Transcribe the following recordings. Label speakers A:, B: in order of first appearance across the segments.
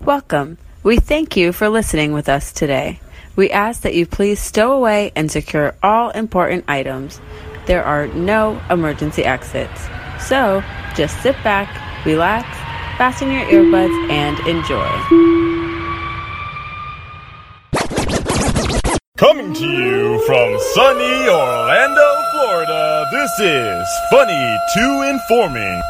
A: Welcome. We thank you for listening with us today. We ask that you please stow away and secure all important items. There are no emergency exits. So just sit back, relax, fasten your earbuds, and enjoy.
B: Coming to you from sunny Orlando, Florida, this is Funny to Informing.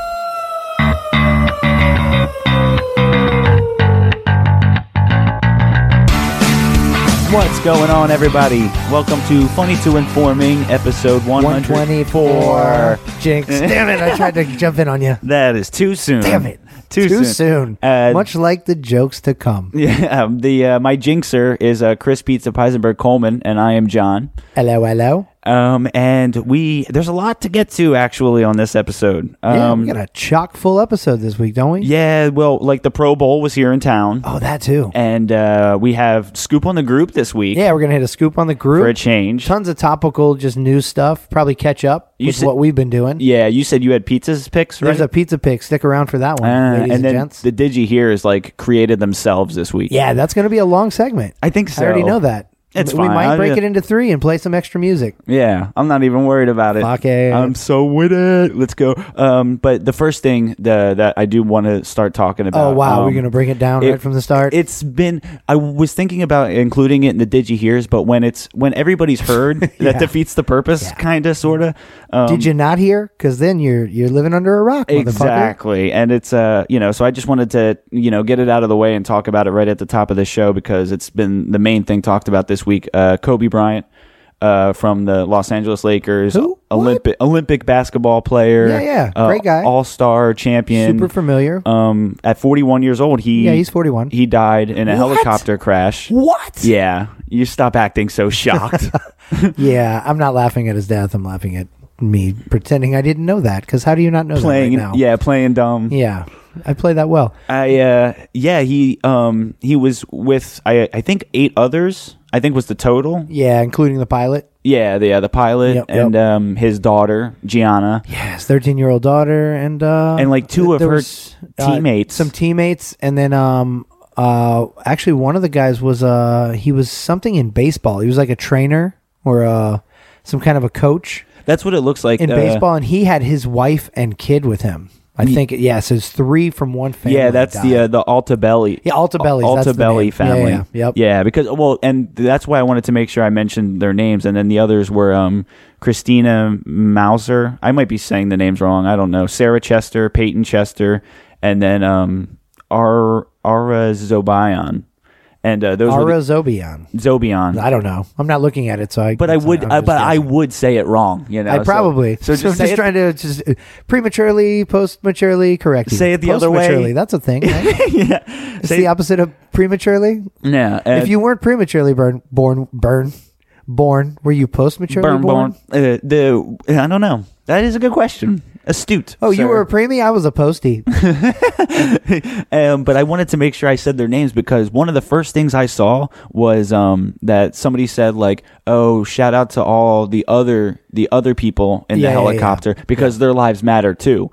C: What's going on, everybody? Welcome to Funny to Informing, episode 100.
D: 124. Jinx. Damn it. I tried to jump in on you.
C: That is too soon.
D: Damn it.
C: Too,
D: Too
C: soon.
D: soon.
C: Uh,
D: Much like the jokes to come.
C: Yeah, um, the uh, my jinxer is uh, Chris Pizza Peisenberg Coleman, and I am John.
D: Hello, hello.
C: Um, and we there's a lot to get to actually on this episode.
D: Yeah,
C: Um,
D: we got a chock full episode this week, don't we?
C: yeah, well, like the Pro Bowl was here in town,
D: Oh, that too.
C: and uh, we have scoop on the group this week
D: Yeah, we're going to hit a scoop on the
C: for a
D: group.
C: change.
D: Tons of topical, just new stuff. Probably catch up
C: You
D: with
C: said-
D: what we've been doing.
C: Yeah, you said you had pizzas picks, right?
D: There's a pizza pick. Stick around for that one,
C: Uh,
D: ladies
C: and
D: and,
C: then
D: gents.
C: the digi here is like created themselves this week.
D: yeah, that's going to be a long segment.
C: I think so.
D: I already know that.
C: It's
D: we
C: fine.
D: might
C: I'll
D: break
C: just-
D: it into three and play some extra music.
C: Yeah, I'm not even worried about it.
D: Fuck it.
C: I'm so with it. Let's go. Um, but the first thing the, that I do want to start talking about.
D: Oh wow,
C: um,
D: we're going to break it down
C: it-
D: right from the start.
C: It's been. I was thinking about including it in the digi hears, but when it's when everybody's heard, that defeats the purpose, kind of, sort of. Um,
D: Did you not hear? Because then you're you're living under a rock, motherfucker.
C: Exactly. And it's uh, you know, so I just wanted to, you know, get it out of the way and talk about it right at the top of the show because it's been the main thing talked about this week. Uh Kobe Bryant uh from the Los Angeles Lakers,
D: Who? What?
C: Olympic Olympic basketball player. uh,
D: Yeah, yeah. Great guy.
C: All-star champion.
D: Super familiar.
C: um at 41 years old, he
D: Yeah, he's 41.
C: He died in a
D: What?
C: helicopter crash.
D: What? Yeah.
C: Yeah. You stop acting so shocked.
D: I'm not laughing at his death. I'm laughing at me pretending I didn't know that. Because how do you not know
C: playing
D: that right now?
C: yeah, playing dumb.
D: yeah. I play that well.
C: I uh yeah he um he was with I I think eight others I think was the total
D: Yeah, including the pilot.
C: yeah the uh, the pilot
D: Yep,
C: and
D: yep.
C: um his daughter Gianna
D: Yes, thirteen-year-old daughter and uh,
C: And, like, two of
D: there
C: her
D: was, uh,
C: teammates.
D: some teammates, and then um, uh, actually one of the guys was uh, he was something in baseball. He was like a trainer or uh, some kind of a coach.
C: that's what it looks like
D: in
C: uh,
D: baseball, and he had his wife and kid with him. I think, yeah, so it's three from one family.
C: yeah that's the
D: died.
C: uh, the Altabelli
D: Yeah, Altabellis, that's the
C: Altabelli
D: name.
C: family
D: Yeah, yeah, yep.
C: yeah because well and that's why I wanted to make sure I mentioned their names and then the others were um Christina Mauser I might be saying the names wrong I don't know Sarah Chester Peyton Chester and then um Ar- Ara Zobayan. And uh, those were the-
D: Ara Zobian.
C: Zobion.
D: I don't know. I'm not looking at it, so I.
C: but I
D: it's- uh,
C: would,
D: I'm
C: I,
D: just
C: but I
D: guessing.
C: would say it wrong. You know,
D: I
C: so-
D: probably.
C: So, just,
D: I'm
C: say,
D: just
C: it,
D: trying to just uh, prematurely, post-maturely correct. you.
C: Say it the other way.
D: Post-maturely, That's a thing. Right?
C: yeah,
D: It's the opposite of prematurely.
C: yeah. uh,
D: if you weren't prematurely born, born, born, born, were you post-maturely
C: burn, born, uh, the I don't know. That is a good question. Astute.
D: Oh, you
C: sir.
D: were a preemie. I was a postie.
C: Um, but I wanted to make sure I said their names because one of the first things I saw was um, that somebody said like, "Oh, shout out to all the other the other people in the
D: Yeah, yeah, yeah.
C: helicopter because their lives matter too."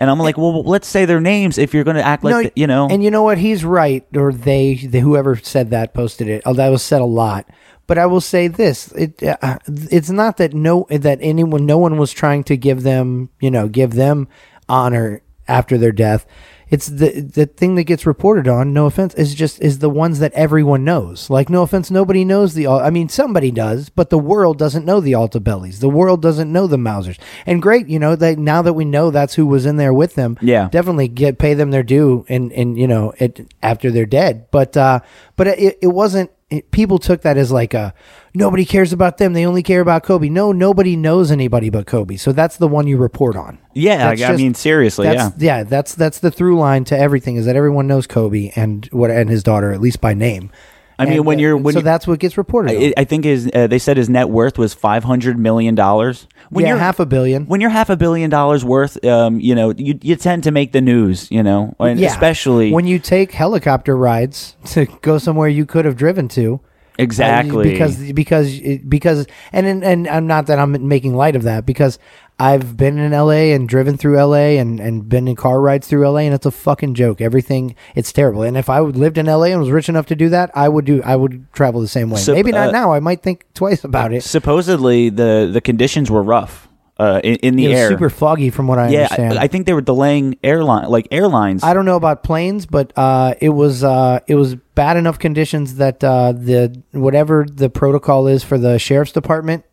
C: And I'm like, "Well, let's say their names if you're going to act like th- you know."
D: And you know what? He's right, or they, the, whoever said that posted it. Oh, that was said a lot. But I will say this: it uh, it's not that no that anyone, no one was trying to give them, you know, give them honor after their death. It's the the thing that gets reported on. No offense, is just is the ones that everyone knows. Like no offense, nobody knows the. Al- I mean, somebody does, but the world doesn't know the Altabellis. The world doesn't know the Mausers. And great, you know, that now that we know that's who was in there with them
C: Yeah.
D: definitely get pay them their due and and you know it after they're dead but uh but it, it wasn't it, people took that as like a nobody cares about them they only care about kobe no nobody knows anybody but kobe so that's the one you report on
C: yeah,
D: That's
C: I, I
D: just-
C: mean seriously, yeah.
D: that's, yeah that's that's the through line to everything is that everyone knows kobe and what and his daughter at least by name
C: I mean,
D: And,
C: when
D: uh,
C: you're-
D: and
C: when
D: so
C: you-
D: that's what gets reported on.
C: I I think his, uh, they said his net worth was five hundred million dollars. When
D: yeah half a billion
C: when you're half a billion dollars worth, um, you know, you, you tend to make the news, you know, and especially
D: when you take helicopter rides to go somewhere you could have driven to
C: Exactly.
D: I- because because it- because and and, and I'm not that I'm making light of that because I've been in LA and driven through LA and and been in car rides through LA and it's a fucking joke. Everything it's terrible. And if I would lived in LA and was rich enough to do that, I would do I would travel the same way.
C: So,
D: Maybe not
C: uh,
D: now. I might think twice about it.
C: supposedly the the conditions were rough uh, in, in the
D: It was
C: air.
D: super foggy from what I
C: yeah,
D: understand.
C: I, I think they were delaying airline like airlines.
D: I don't know about planes, but uh, it was uh, it was bad enough conditions that uh, the whatever the protocol is for the sheriff's department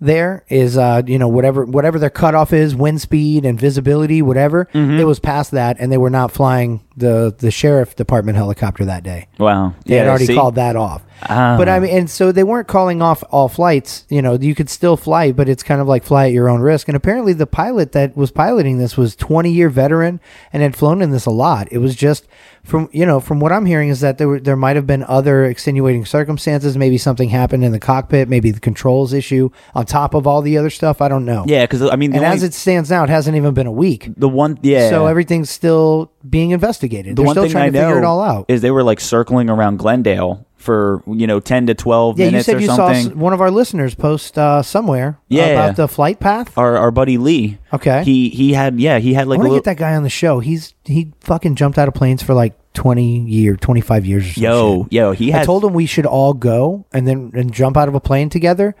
D: there is uh, you know whatever whatever their cutoff is, wind speed and visibility, whatever. It was past that, and they were not flying the the sheriff department helicopter that day.
C: wow,
D: They had already
C: see? Ah.
D: called that off. But I mean, and so they weren't calling off all flights. You know, you could still fly, but it's kind of like fly at your own risk. And apparently, the pilot that was piloting this was 20 year veteran and had flown in this a lot. It was just from you know from what I'm hearing is that there were, there might have been other extenuating circumstances. Maybe something happened in the cockpit. Maybe the controls issue on top of all the other stuff. I don't know.
C: Yeah, because I mean, the,
D: And
C: only,
D: as it stands now, it hasn't even been a week.
C: the one yeah.
D: So everything's still being investigated.
C: the
D: They're
C: one
D: still
C: thing
D: trying
C: I
D: to figure
C: know
D: it all out.
C: is they were like circling around Glendale for you know ten to twelve
D: Yeah, you
C: minutes
D: said
C: or
D: you saw
C: something.
D: s- one of our listeners post uh, somewhere
C: Yeah.
D: about the flight path.
C: our our buddy Lee.
D: Okay.
C: He he had yeah he had
D: I
C: like a
D: want to
C: little,
D: get that guy on the show. He's he fucking jumped out of planes for like twenty year, twenty five years. Or some
C: yo
D: shit.
C: yo he had
D: I told him we should all go and then and jump out of a plane together,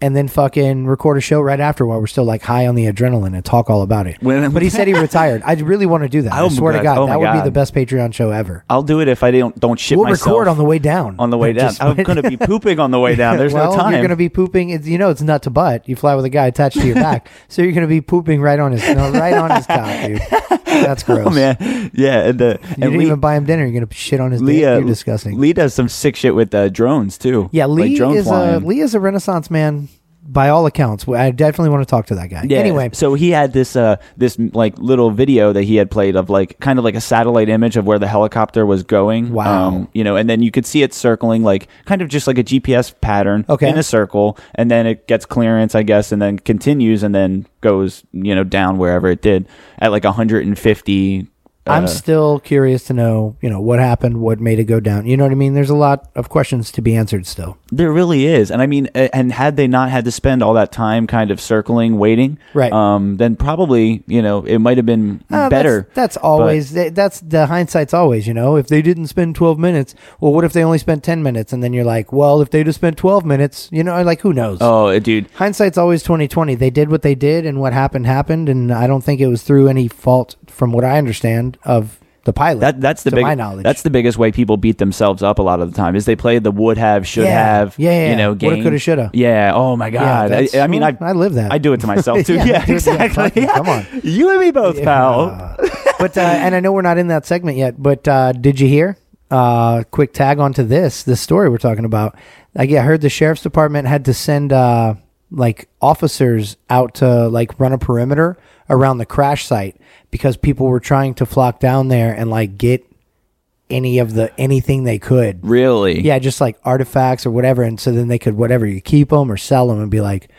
D: and then fucking record a show right after while we're still like high on the adrenaline and talk all about it.
C: When-
D: but he said he retired. I really want to do that.
C: Oh
D: I
C: my
D: swear to
C: God.
D: God,
C: Oh my
D: that would be
C: God.
D: the best Patreon show ever.
C: I'll do it if I don't don't shit
D: We'll
C: myself
D: record on the way down.
C: on the way down. Oh,
D: Just-
C: I'm gonna be pooping on the way down. There's
D: well,
C: no time.
D: You're going to be pooping. It's, you know, it's nut to butt. You fly with a guy attached to your back, so you're going to be pooping right on his no, right on his cock, dude. That's gross.
C: Oh, man, yeah, and the
D: You
C: and
D: didn't
C: Lee,
D: even buy him dinner. You're going to shit on his
C: Lee,
D: dick.
C: uh,
D: You're disgusting.
C: Lee does some sick shit with uh, drones too.
D: yeah,
C: like
D: Lee
C: drone
D: is a
C: flying.
D: Lee is a renaissance man by all accounts. I definitely want to talk to that guy.
C: Yeah.
D: Anyway,
C: so he had this uh this like little video that he had played of like kind of like a satellite image of where the helicopter was going. Um,
D: Wow.
C: you know, and then you could see it circling like kind of just like a GPS pattern
D: Okay.
C: in a circle, and then it gets clearance, I guess, and then continues and then goes you know down wherever it did at like 150. Uh,
D: I'm still curious to know, you know, what happened, what made it go down. You know what I mean? There's a lot of questions to be answered still.
C: There really is, and I mean, a- and had they not had to spend all that time kind of circling, waiting,
D: Right.
C: Um, then probably you know it might have been
D: Ah, that's-
C: better.
D: That's, always that- that's the hindsight's always. You know, if they didn't spend twelve minutes, well, what if they only spent ten minutes? And then you're like, well, if they just spent twelve minutes, you know, like who knows?
C: oh, dude,
D: Hindsight's always twenty twenty. They did what they did, and what happened happened. And I don't think it was through any fault, from what I understand, of the pilot.
C: That that's the
D: to
C: big,
D: my knowledge.
C: That's the biggest way people beat themselves up a lot of the time is they play the would have, should
D: Yeah.
C: have,
D: Yeah, yeah, yeah.
C: you know,
D: Woulda,
C: game.
D: coulda, shoulda.
C: Yeah. Oh my god. I-
D: that's-
C: I, mean, I
D: I live that.
C: I do it to myself too.
D: Yeah,
C: yeah,
D: I do it- yeah,
C: Exactly.
D: fucking- come on.
C: You and me both, pal.
D: but uh, and I know we're not in that segment yet, but uh, did you hear? Uh, quick tag onto this this story we're talking about. Like, yeah, I heard the sheriff's department had to send uh, like officers out to like run a perimeter around the crash site because people were trying to flock down there and like get any of the anything they could.
C: Really?
D: Yeah, just like artifacts or whatever, and so then they could whatever you keep them or sell them and be like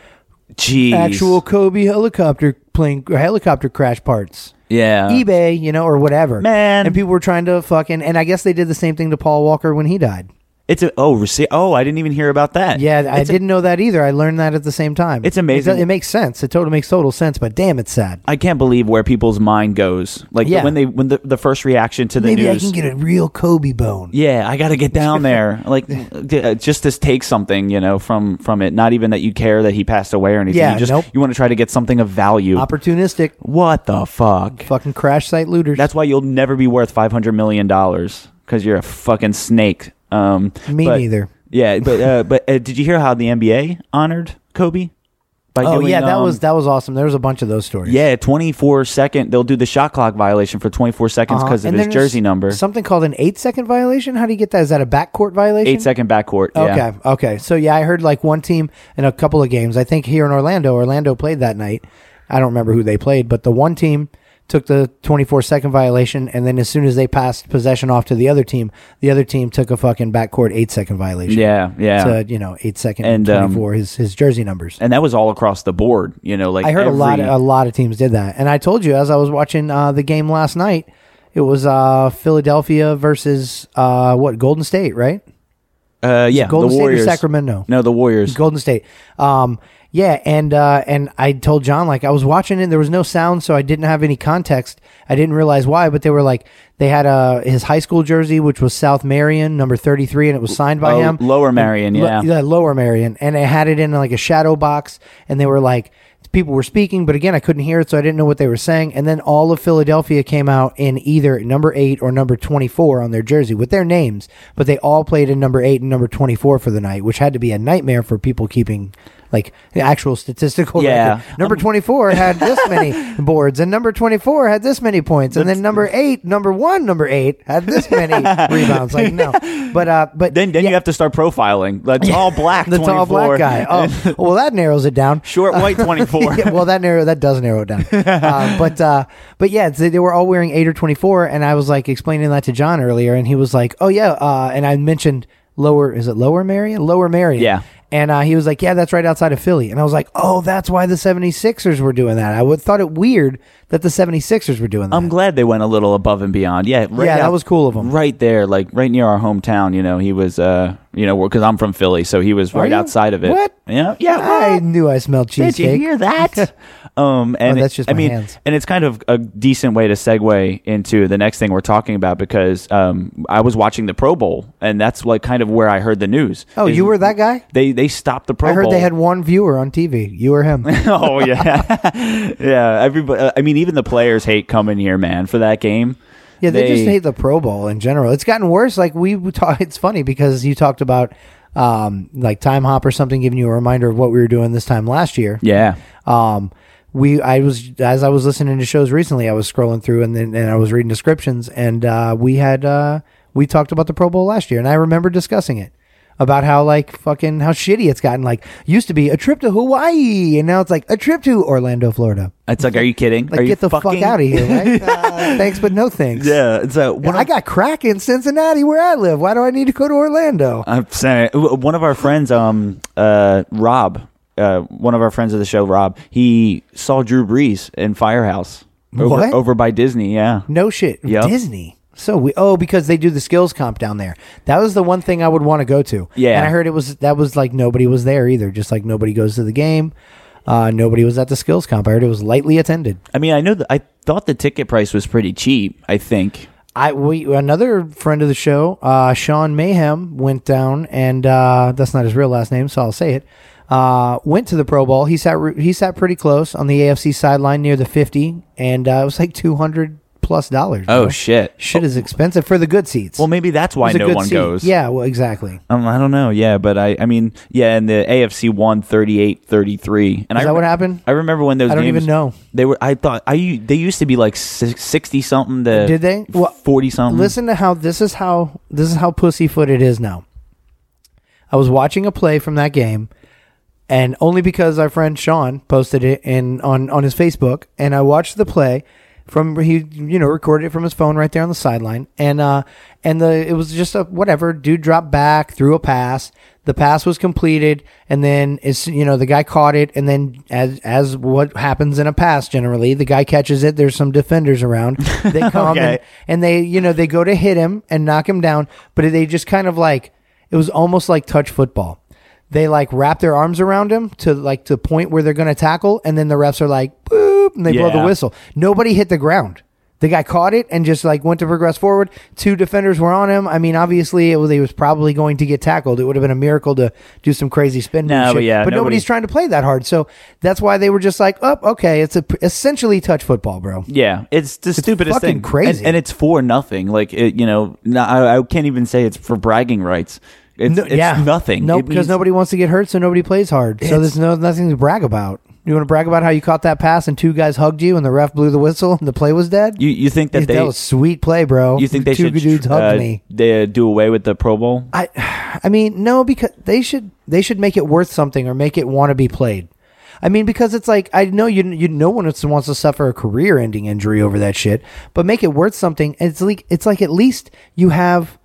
C: Jeez.
D: actual Kobe helicopter plane or helicopter crash parts.
C: Yeah.
D: eBay, you know, or whatever.
C: Uh, Man.
D: And people were trying to fucking, and I guess they did the same thing to Paul Walker when he died.
C: It's a oh, rece- oh, I didn't even hear about that.
D: Yeah, I
C: It's a-
D: didn't know that either. I learned that at the same time.
C: It's amazing.
D: It, do- it makes sense. It totally makes total sense, but damn, it's sad.
C: I can't believe where people's mind goes. Like
D: Yeah.
C: when they when the, the first reaction to the
D: Maybe
C: news.
D: I can get a real Kobe bone.
C: yeah i gotta get down there like d- uh, just to take something you know from from it not even that you care that he passed away or anything
D: Yeah,
C: you just
D: nope.
C: you want to try to get something of value
D: Opportunistic.
C: what the fuck
D: Fucking crash site looters.
C: that's why you'll never be worth 500 million dollars because you're a fucking snake um
D: Me
C: but-
D: neither.
C: yeah but uh, but uh, did you hear how the nba honored kobe by
D: Oh yeah, that
C: um,
D: was that was awesome. There was a bunch of those stories.
C: yeah 24 second they'll do the shot clock violation for 24 seconds
D: Uh-huh.
C: because
D: And
C: of his
D: then there's
C: jersey number
D: Something called an eight second violation. How do you get that? Is that a backcourt violation?
C: eight second backcourt yeah.
D: Okay. Okay. So yeah, I heard like one team in a couple of games. I think here in Orlando, Orlando played that night. I don't remember who they played, but the one team took the 24 second violation, and then as soon as they passed possession off to the other team, the other team took a fucking backcourt eight second violation.
C: yeah yeah
D: To you know eight second and,
C: And, um,
D: 24 his his jersey numbers.
C: and that was all across the board. You know, like
D: I heard
C: every,
D: a lot a lot of teams did that, and I told you as I was watching uh, the game last night, it was uh, Philadelphia versus uh, what Golden State, right?
C: Uh, yeah,
D: Golden
C: the
D: State or
C: Warriors.
D: Sacramento?
C: No, the Warriors.
D: Golden State. Um, yeah, and uh, and I told John like I was watching it. There was no sound, so I didn't have any context. I didn't realize why, but they were like they had uh, his high school jersey, which was South Marion number thirty three, and it was signed by
C: Oh,
D: him.
C: Lower Marion,
D: Lo-
C: yeah.
D: Lower Marion, and it had it in like a shadow box, and they were like people were speaking, but again I couldn't hear it, so I didn't know what they were saying. And then all of Philadelphia came out in either number eight or number twenty four on their jersey with their names, but they all played in number eight and number twenty four for the night, which had to be a nightmare for people keeping. Like the actual statistical,
C: Yeah. Um,
D: record. Number twenty-four had this many boards, and number twenty-four had this many points, and then number eight, number one, number eight had this many rebounds. Like no, but uh, but
C: Then, then
D: yeah.
C: you have to start profiling. The tall black,
D: the
C: 24.
D: tall black guy. Oh, well, that narrows it down. Uh,
C: short white, twenty four.
D: Yeah, well, that narrow that does narrow it down. Uh, but uh, but yeah, they, they were all wearing eight or twenty four, and I was like explaining that to John earlier, and he was like, "Oh yeah," uh, and I mentioned lower is it lower Marion? Lower Marion.
C: Yeah.
D: And uh, he was like, "Yeah, that's right outside of Philly." And I was like, "Oh, that's why the 76ers were doing that." I would thought it weird that the 76ers were doing that.
C: I'm glad they went a little above and beyond. Yeah, right
D: Yeah, that
C: out-
D: was cool of 'em.
C: Right there, like right near our hometown. You know, he was, uh, you know, because I'm from Philly, so he was
D: Are
C: right
D: you?
C: outside of it.
D: What?
C: Yeah, yeah.
D: I
C: well,
D: knew I smelled
C: did
D: cheesecake.
C: you hear that? um, and
D: Oh, that's
C: it-
D: just
C: I
D: my
C: mean,
D: hands.
C: and it's kind of a decent way to segue into the next thing we're talking about because um, I was watching the Pro Bowl, and that's like kind of where I heard the news.
D: Oh,
C: Is
D: you were that guy?
C: They they stopped the Pro
D: I
C: Bowl.
D: heard they had one viewer on TV. You or him?
C: oh yeah, yeah. Everybody. uh, I mean, even the players hate coming here, man, for that game.
D: Yeah, they, just hate the Pro Bowl in general. It's gotten worse. Like we talk, it's funny because you talked about um, like Time Hop or something giving you a reminder of what we were doing this time last year.
C: Yeah,
D: Um, we I was as I was listening to shows recently, I was scrolling through and then and I was reading descriptions and uh, we had uh, we talked about the Pro Bowl last year and I remember discussing it about how like fucking how shitty it's gotten. Like used to be a trip to Hawaii and now it's like a trip to Orlando, Florida.
C: it's like, are you kidding?
D: Like
C: are you
D: get the fuck
C: fucking-
D: out of here, right? Uh, thanks but no thanks.
C: Yeah, it's uh, a
D: When I got crack in Cincinnati, where I live, why do I need to go to Orlando?
C: I'm saying w- one of our friends, um, uh, Rob, uh, one of our friends of the show, Rob, he saw Drew Brees in Firehouse over,
D: What?
C: over by Disney. Yeah,
D: No shit,
C: Yep.
D: Disney. So we oh because they do the skills comp down there. That was the one thing I would want to go to.
C: Yeah.
D: and I heard it was that was like nobody was there either. Just like nobody goes to the game. Uh, nobody was at the skills comp. I heard it was lightly attended.
C: I mean, I know that I thought the ticket price was pretty cheap. I think.
D: I we another friend of the show, uh, Sean Mayhem, went down, and uh, that's not his real last name, so I'll say it. Uh, went to the Pro Bowl. He sat re- he sat pretty close on the AFC sideline near the fifty, and uh, it was like two hundred plus dollars.
C: Oh
D: bro.
C: shit.
D: Shit is expensive for the good seats.
C: Well, maybe that's
D: It
C: why
D: was a
C: no
D: good
C: one
D: seat.
C: goes.
D: Yeah, well, exactly.
C: Um, I don't know. Yeah, but I, I mean, yeah, and the AFC won 38-33. And
D: Is
C: I
D: that
C: rem-
D: what happened?
C: I remember when those
D: I don't
C: games-
D: even know.
C: They were I thought I u- they used to be like 60 something to
D: Did they? Well,
C: 40 something.
D: Listen to how this is how this is how pussyfoot it is now. I was watching a play from that game, and only because our friend Sean posted it in on on his Facebook, and I watched the play from he you know recorded it from his phone right there on the sideline, and uh and the it was just a whatever dude dropped back threw a pass, the pass was completed, and then it's you know the guy caught it, and then as as what happens in a pass generally, the guy catches it. There's some defenders around, they come
C: Okay.
D: and, and they you know they go to hit him and knock him down, but they just kind of like it was almost like touch football they like wrap their arms around him to like to the point where they're going to tackle, and then the refs are like boop, and they blow
C: Yeah.
D: the whistle. Nobody hit the ground. The guy caught it and just like went to progress forward. Two defenders were on him. I mean, obviously, it was, he was probably going to get tackled. It would have been a miracle to do some crazy spin. move
C: No,
D: shit.
C: but yeah,
D: but
C: nobody-
D: nobody's trying to play that hard, so that's why they were just like, "Oh, okay, it's a, essentially touch football, bro."
C: Yeah, it's the stupidest
D: fucking
C: thing.
D: crazy.
C: and, and it's for nothing. Like it, you know, no, I, I can't even say it's for bragging rights. It's,
D: No-
C: it's nothing.
D: No,
C: It
D: because
C: means-
D: nobody wants to get hurt, so nobody plays hard. So there's no nothing to brag about. You want to brag about how you caught that pass and two guys hugged you and the ref blew the whistle and the play was dead?
C: You you think that
D: Yeah,
C: they
D: was sweet play, bro.
C: you think they
D: two
C: should
D: good dudes hugged
C: uh,
D: me?
C: They do away with the Pro Bowl?
D: I, I mean, no, because they should they should make it worth something or make it want to be played. I mean, because it's like I know you you no one wants wants to suffer a career ending injury over that shit, but make it worth something. And It's like it's like at least you have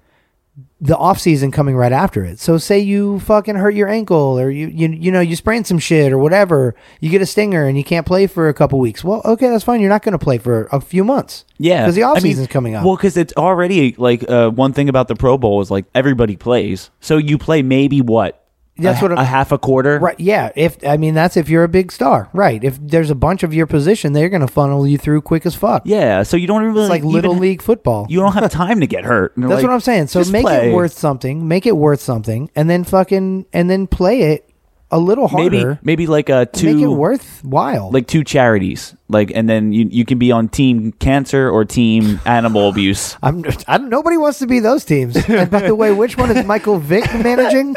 D: the off season coming right after it. So say you fucking hurt your ankle or you you you know you sprain some shit or whatever, you get a stinger and you can't play for a couple weeks. Well, okay, that's fine. You're not going to play for a few months.
C: Yeah,
D: because the
C: I mean,
D: off season's coming up.
C: Well, because it's already like uh, one thing about the Pro Bowl is like everybody plays, so you play maybe what
D: That's
C: a,
D: what I'm-
C: a half a quarter.
D: Right. Yeah. If I mean, that's if you're a big star, right? If there's a bunch of your position, they're going to funnel you through quick as fuck.
C: Yeah, so you don't really
D: It's like
C: even-
D: little league football.
C: You don't have time to get hurt.
D: that's what I'm saying. So make it worth something. Make it worth something, and then fucking and then play it a little
C: Maybe
D: harder.
C: maybe like a two
D: make it worthwhile.
C: like two charities, like and then you you can be on team cancer or team animal abuse.
D: I'm, I don't, nobody wants to be those teams. And by the way, which one is Michael Vick managing?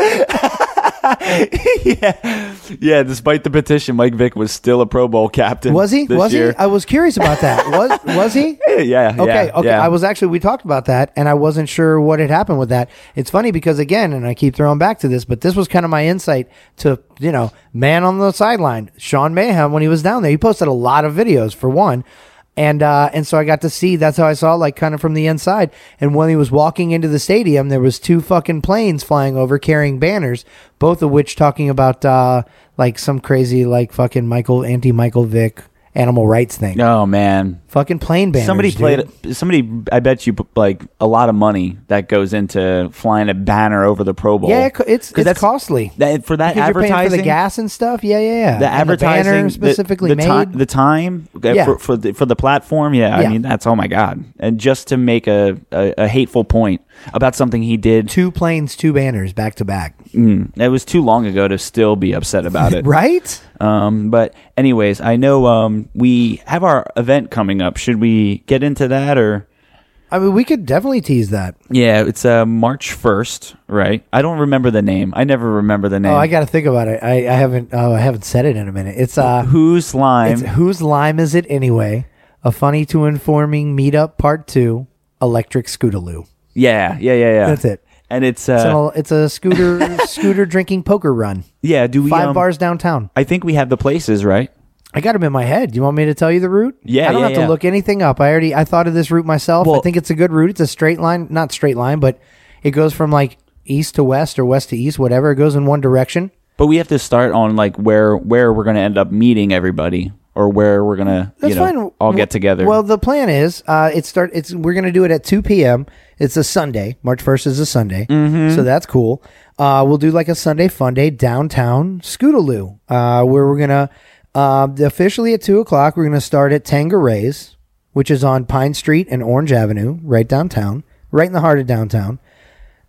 C: Yeah, despite the petition, Mike Vick was still a Pro Bowl captain.
D: Was he?
C: this
D: was
C: year.
D: he? I was curious about that. Was was he?
C: Yeah, yeah,
D: Okay. okay.
C: yeah.
D: I was actually we talked about that, and I wasn't sure what had happened with that. It's funny because again, and I keep throwing back to this, but this was kind of my insight to you know man on the sideline, Sean Mayhem when he was down there. He posted a lot of videos for one. And uh, and so I got to see. That's how I saw, like, kind of from the inside. And when he was walking into the stadium, there was two fucking planes flying over carrying banners, both of which talking about uh, like some crazy, like, fucking Michael anti Michael Vick animal rights thing.
C: Oh man,
D: Fucking plane banners.
C: somebody
D: dude.
C: played somebody. I bet you like a lot of money that goes into flying a banner over the Pro Bowl.
D: Yeah, it co- it's
C: 'Cause
D: it's costly.
C: that- for that
D: Because you're paying
C: advertising.
D: for the gas and stuff. Yeah, yeah, yeah.
C: the
D: And
C: advertising
D: banner
C: the-
D: specifically
C: the,
D: made.
C: ti- the time uh,
D: Yeah.
C: for, for the for the platform yeah, i
D: Yeah.
C: mean that's oh my god and just to make a, a, a hateful point about something he did hmm,
D: two planes, two banners, back to back.
C: it was too long ago to still be upset about it
D: Right?
C: um but anyways i know um we have our event coming up should we get into that or
D: I mean, we could definitely tease that.
C: yeah it's uh march 1st right i don't remember the name i never remember the name
D: Oh, I got to think about it. I, I haven't. Oh, I haven't said it in a minute. It's uh,
C: whose lime
D: it's whose lime is it anyway? A funny to informing meetup part two. Electric Scootaloo.
C: yeah yeah yeah yeah
D: That's it.
C: and it's
D: It's,
C: uh
D: an, it's a scooter scooter drinking poker run.
C: yeah do we
D: Five
C: um,
D: bars downtown.
C: i think we have the places right
D: I got them in my head. Do you want me to tell you the route?
C: Yeah,
D: I don't
C: yeah,
D: have
C: yeah.
D: to look anything up. I already I thought of this route myself.
C: Well-
D: I think it's a good route. It's a straight line, not straight line, but it goes from like east to west or west to east, whatever. It goes in one direction.
C: But we have to start on like where where we're gonna end up meeting everybody, or where we're gonna
D: That's
C: you know
D: fine.
C: all
D: W-
C: get together.
D: Well, the plan is uh, it start. It's we're gonna do it at two p.m. It's a Sunday. March first is a Sunday,
C: Mm-hmm.
D: so that's cool. Uh, we'll do like a Sunday fun day downtown Scootaloo, uh, where we're gonna uh, officially at two o'clock. We're gonna start at Tangeray,'s which is on Pine Street and Orange Avenue, right downtown, right in the heart of downtown.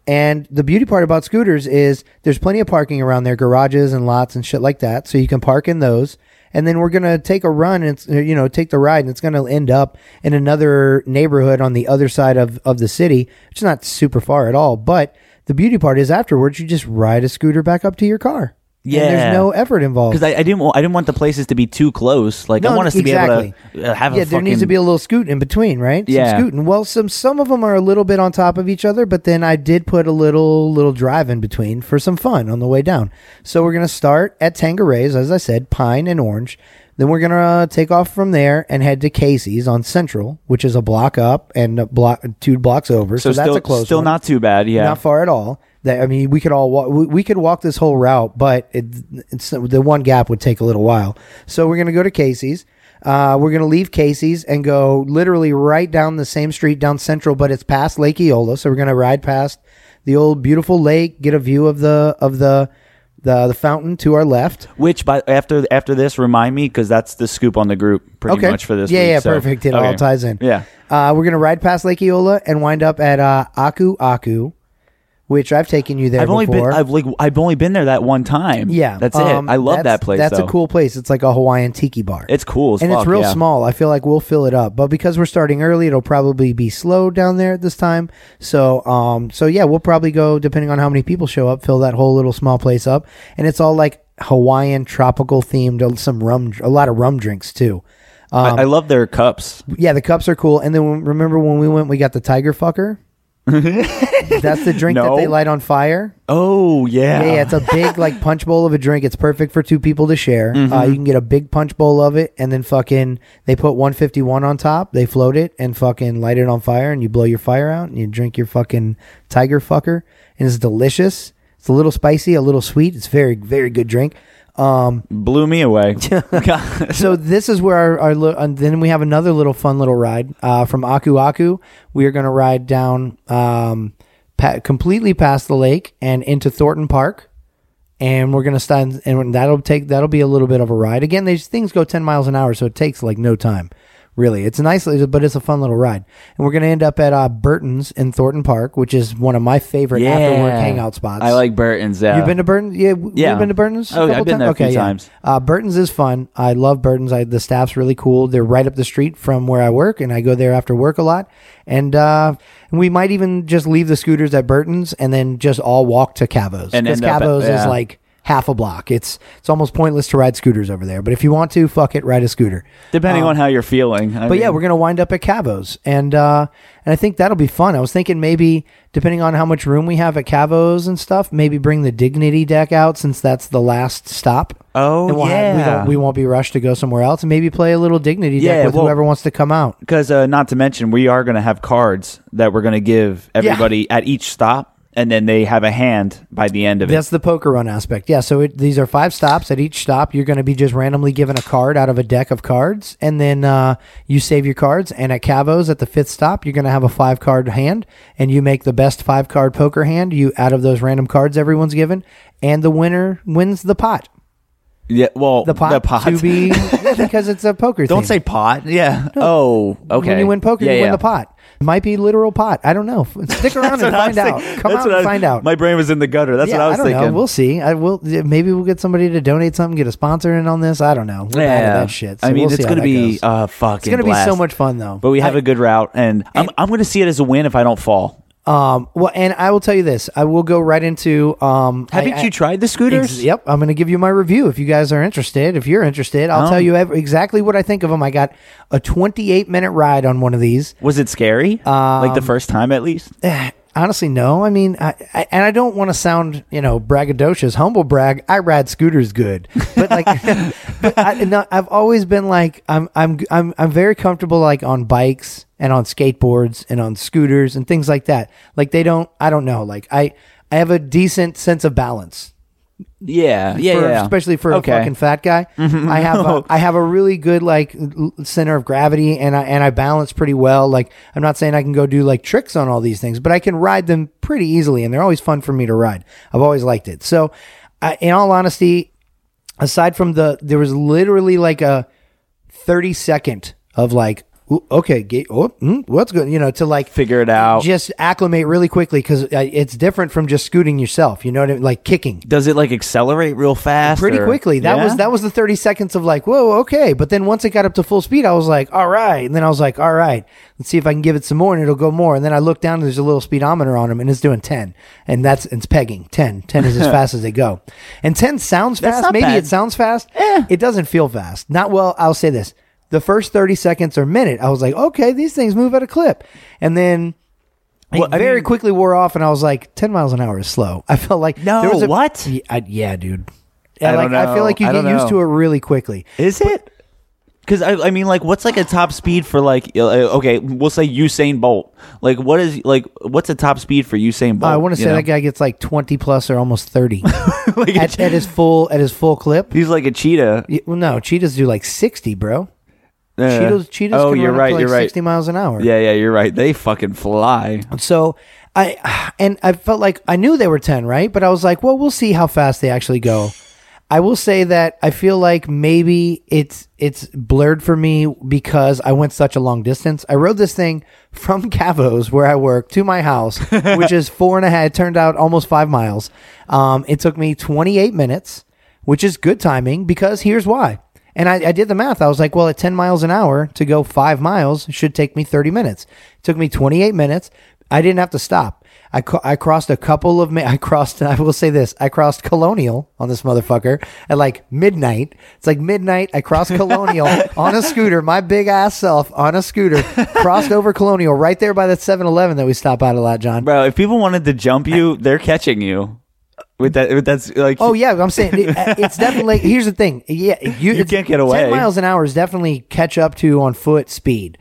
D: And the beauty part about scooters is there's plenty of parking around there, garages and lots and shit like that. So you can park in those. And then we're gonna take a run and it's, you know take the ride, and it's gonna end up in another neighborhood on the other side of of the city, which is not super far at all. But the beauty part is afterwards you just ride a scooter back up to your car. And
C: Yeah.
D: there's no effort involved.
C: because I, I didn't wa- I didn't want the places to be too close. Like I want us to be able to uh, have
D: yeah,
C: a
D: there needs to
C: fucking-
D: be a little scoot in between, right? Some
C: Yeah.
D: scooting. Well, some some of them are a little bit on top of each other, but then I did put a little little drive in between for some fun on the way down. So we're gonna start at Tangeray's, as I said, Pine and Orange. Then we're gonna uh, take off from there and head to Casey's on Central, which is a block up and a block two blocks over. So,
C: so,
D: that's
C: still,
D: a close.
C: still
D: one
C: not too bad. Yeah,
D: not far at all. That I mean, we could all walk. We, we could walk this whole route, but it, it's the one gap would take a little while. So we're gonna go to Casey's. Uh, we're gonna leave Casey's and go literally right down the same street down Central, but it's past Lake Eola. So we're gonna ride past the old beautiful lake, get a view of the of the the, the fountain to our left.
C: which by after after this remind me because that's the scoop on the group pretty
D: Okay.
C: much for this.
D: Yeah,
C: week,
D: yeah,
C: so-
D: perfect. It
C: okay.
D: all ties in.
C: Yeah,
D: Uh, we're gonna ride past Lake Eola and wind up at uh, Aku Aku, which I've taken you there.
C: I've only
D: before.
C: been I've like I've only been there that one time.
D: Yeah,
C: that's
D: um,
C: it. I love
D: that's-
C: that place.
D: That's
C: though.
D: a cool place. It's like a Hawaiian tiki bar.
C: It's cool as
D: and
C: fuck,
D: it's real
C: yeah.
D: small. I feel like we'll fill it up, but because we're starting early, it'll probably be slow down there at this time. So, um, so yeah, we'll probably go depending on how many people show up, fill that whole little small place up, and it's all like Hawaiian tropical themed. uh, Some rum, a lot of rum drinks too.
C: I, I love their cups.
D: Yeah, the cups are cool. And then when, remember when we went, we got the tiger fucker. That's the drink that
C: No.
D: they light on fire.
C: Oh yeah.
D: Yeah, yeah, it's a big like punch bowl of a drink. It's perfect for two people to share. Uh, you can get a big punch bowl of it, and then fucking they put 151 on top. They float it and fucking light it on fire, and you blow your fire out, and you drink your fucking tiger fucker, and it's delicious. It's a little spicy, a little sweet. It's very very good drink. Um,
C: Blew me away. God.
D: so this is where our, our li- and then we have another little fun little ride uh, from Aku Aku. We are going to ride down um, pa- completely past the lake and into Thornton Park, and we're going to stand and that'll take that'll be a little bit of a ride. Again, these things go ten miles an hour, so it takes like no time. Really, it's nice, but it's a fun little ride. And we're going to end up at uh, Burton's in Thornton Park, which is one of my favorite
C: Yeah.
D: after work hangout spots.
C: I like Burton's. Yeah.
D: You've been to Burton? Yeah, w-
C: Yeah.
D: you've been to Burton's.
C: Oh, yeah, I've
D: couple
C: been
D: times?
C: there a few times.
D: Uh, Burton's is fun. I love Burton's. I, the staff's really cool. They're right up the street from where I work, and I go there after work a lot. And uh, we might even just leave the scooters at Burton's and then just all walk to Cavo's
C: And
D: because
C: end up at-
D: Cavo's is
C: yeah.
D: like half a block. It's it's almost pointless to ride scooters over there. But if you want to, fuck it, ride a scooter.
C: depending on how you're feeling. I
D: Um, But yeah,
C: mean,
D: we're gonna wind up at Cavo's, and uh, and I think that'll be fun. I was thinking maybe depending on how much room we have at Cavo's and stuff, maybe bring the Dignity deck out since that's the last stop.
C: Oh,
D: and we'll have- we,
C: yeah.
D: don't, we won't be rushed to go somewhere else, and maybe play a little Dignity
C: Yeah,
D: deck with
C: well-
D: whoever wants to come out.
C: because uh, not to mention we are going to have cards that we're going to give everybody at each stop, and then they have a hand by the end of
D: That's the poker run aspect. Yeah, so it, these are five stops. At each stop, you're going to be just randomly given a card out of a deck of cards, and then uh, you save your cards. And at Cavo's, at the fifth stop, you're going to have a five card hand, and you make the best five card poker hand you out of those random cards everyone's given, and the winner wins the pot.
C: it. Yeah, well,
D: The pot,
C: the pot.
D: to be yeah, because it's a poker.
C: Don't
D: theme.
C: say pot. Yeah. Oh, okay.
D: When you win poker,
C: Yeah,
D: you win
C: yeah.
D: the pot. Might be literal pot. I don't know. Stick around
C: That's
D: and
C: what I was
D: find out.
C: thinking.
D: Come
C: That's
D: out
C: what
D: and
C: I-
D: find out.
C: My brain was in the gutter. That's what I was
D: don't
C: thinking.
D: Know. We'll see. I will. yeah, Maybe we'll get somebody to donate something, get a sponsor in on this. I don't know. We're bad at that shit. So
C: I mean,
D: we'll
C: it's
D: see how
C: gonna
D: that
C: be
D: goes.
C: uh, fucking.
D: it's gonna
C: blast.
D: be so much fun though.
C: But we have a good route, and, I'm I'm gonna see it as a win if I don't fall.
D: um, well, and I will tell you this. I will go right into um.
C: Haven't
D: I- I-
C: you tried the
D: Ex-
C: scooters?
D: Yep, I'm going to give you my review if you guys are interested. If you're interested, I'll
C: Oh.
D: tell you ev- exactly what I think of them. I got a 28 minute ride on one of these.
C: Was it scary? like
D: Um,
C: the first time, at least.
D: eh, Honestly, no. I mean, I, I and I don't want to sound you know braggadocious, humble brag. I ride scooters good, but like, but I, no, I've always been like, I'm I'm I'm I'm very comfortable like on bikes and on skateboards and on scooters and things like that. Like they don't, I don't know. Like I I have a decent sense of balance.
C: Yeah, yeah,
D: for-
C: yeah.
D: especially for
C: Okay. Mm-hmm.
D: a fucking fat guy. I have a, I have a really good like l- center of gravity, and I and I balance pretty well. Like I'm not saying I can go do like tricks on all these things, but I can ride them pretty easily, and they're always fun for me to ride. I've always liked it. So, I, in all honesty, aside from the there was literally like a 30 second of like ooh, okay ga- oh, mm, what's good you know to like
C: Figure it out.
D: just acclimate really quickly because uh, it's different from just scooting yourself you know what I mean? like kicking
C: Does it like accelerate real fast?
D: pretty
C: or-
D: quickly. That
C: Yeah?
D: was that was the thirty seconds of like, whoa, okay. But then once it got up to full speed, I was like, all right. And then I was like, all right, let's see if I can give it some more, and it'll go more. And then I look down, and there's a little speedometer on him, and it's doing ten, and that's it's pegging 10. 10 is as fast as they go, and ten sounds
C: That's
D: fast.
C: not
D: Maybe
C: bad.
D: it sounds fast. It doesn't feel fast. Not well. I'll say this: the first thirty seconds or minute, I was like, okay, these things move at a clip, and then. It
C: Well, I
D: very
C: mean-
D: quickly wore off, and I was like, 10 miles an hour is slow. I felt like
C: No,
D: there was a,
C: what?
D: Yeah, I- yeah, dude. Yeah,
C: I
D: like
C: don't
D: I feel
C: know.
D: like you
C: I
D: get
C: don't
D: used to
C: know.
D: it really quickly.
C: Is it? Because I, I mean, like, what's like a top speed for like, uh, okay, we'll say Usain Bolt. Like, what is like, what's a top speed for Usain Bolt?
D: Oh, I want to say
C: you know?
D: that guy gets like twenty plus or almost thirty
C: Like a
D: at,
C: che-
D: at his full at his full clip.
C: he's like a cheetah.
D: Y- Well, no, cheetahs do like sixty, bro.
C: Uh,
D: Cheetahs, cheetahs.
C: Oh,
D: can
C: you're
D: run up
C: right.
D: to like
C: you're right.
D: Sixty miles an hour.
C: Yeah, yeah, you're right. They fucking fly.
D: So I and I felt like I knew they were ten, right? But I was like, well, we'll see how fast they actually go. I will say that I feel like maybe it's it's blurred for me because I went such a long distance. I rode this thing from Cavo's where I work to my house, which is four and a half. It turned out almost five miles. Um, it took me 28 minutes, which is good timing because here's why. And I, I did the math. I was like, well, at 10 miles an hour to go five miles should take me 30 minutes. It took me 28 minutes. I didn't have to stop. I, co- I crossed a couple of ma- I crossed I will say this I crossed Colonial on this motherfucker at like midnight. It's like midnight. I crossed Colonial on a scooter. My big ass self on a scooter crossed over Colonial right there by that 7-Eleven that we stop at a lot, John.
C: Bro, if people wanted to jump you, they're catching you. With that, with that's like.
D: Oh yeah, I'm saying it- it's definitely. Here's the thing. Yeah, you, it's-
C: can't get away.
D: Ten miles an hour is definitely catch up to on foot speed.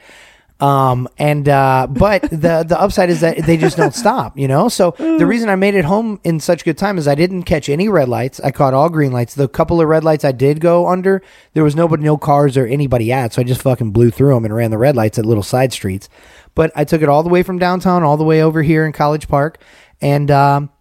D: Um and uh but the the upside is that they just don't stop, you know? So the reason I made it home in such good time is I didn't catch any red lights. I caught all green lights. The couple of red lights I did go under, there was nobody no cars or anybody at, so I just fucking blew through them and ran the red lights at little side streets. But I took it all the way from downtown all the way over here in College Park and um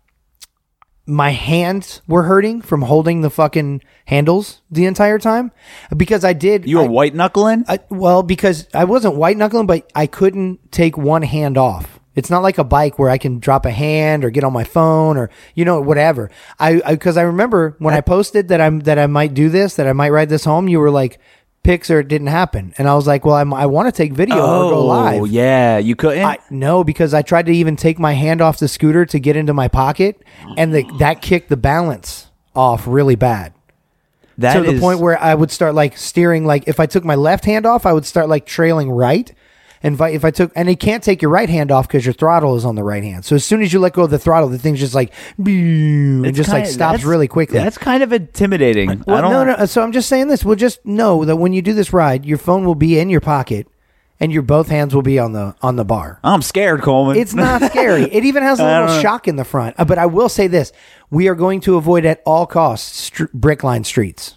D: my hands were hurting from holding the fucking handles the entire time because I did.
C: You were
D: I-
C: white knuckling?
D: I, well, because I wasn't white knuckling, but I couldn't take one hand off. It's not like a bike where I can drop a hand or get on my phone or you know whatever. I because I, remember when I posted that I'm that I might do this, that I might ride this home. You were like, "Pics or it didn't happen," and I was like, "Well, I'm, I want to take video or
C: Oh,
D: go live."
C: yeah. You couldn't?
D: I, no, because I tried to even take my hand off the scooter to get into my pocket, and the, that kicked the balance off really bad.
C: That
D: to the
C: is-
D: point where I would start like steering, like if I took my left hand off, I would start like trailing right. And vi- if I took, and you can't take your right hand off because your throttle is on the right hand. So as soon as you let go of the throttle, the thing's just like, "Beow," and
C: It's
D: just like
C: kinda-
D: stops
C: that's-
D: really quickly.
C: That's kind of intimidating. I
D: Well,
C: don't
D: no, no. So I'm just saying this. Well, just know that when you do this ride, your phone will be in your pocket, and your both hands will be on the on the bar.
C: I'm scared, Coleman.
D: It's not scary. It even has a little shock in the front. Uh, But I will say this: we are going to avoid at all costs str- brick line streets,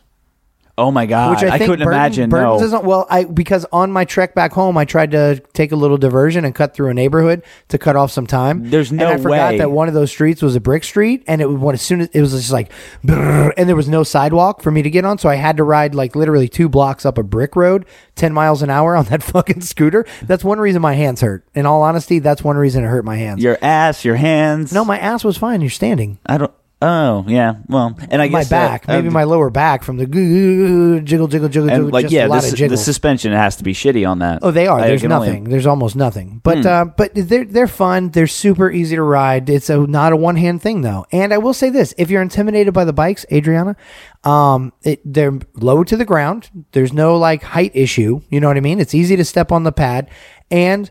C: oh my god!
D: which I,
C: I,
D: think
C: couldn't
D: Burton-
C: imagine.
D: Burton's
C: no.
D: isn't- well, I because on my trek back home, I tried to take a little diversion and cut through a neighborhood to cut off some time.
C: There's no
D: and I forgot
C: way.
D: that one of those streets was a brick street, and it was when as soon as it was just like, brrr, and there was no sidewalk for me to get on, so I had to ride like literally two blocks up a brick road, ten miles an hour on that fucking scooter. That's one reason my hands hurt. In all honesty, that's one reason it hurt my hands.
C: your ass, your hands.
D: No, my ass was fine. You're standing.
C: I don't. Oh yeah. Well, and I
D: My
C: guess
D: back,
C: that-
D: maybe
C: uh,
D: my lower back from the goo- jiggle, jiggle, jiggle, jiggle.
C: and like
D: just
C: yeah,
D: a lot
C: this,
D: of jiggle.
C: the suspension has to be shitty on that.
D: oh, they are.
C: I
D: There's
C: can only- Hmm.
D: nothing. There's almost nothing. But uh, but they're they're fun. They're super easy to ride. It's a not a one hand thing though. And I will say this: if you're intimidated by the bikes, Adriana, um, it, they're low to the ground. There's no like height issue. You know what I mean? It's easy to step on the pad, and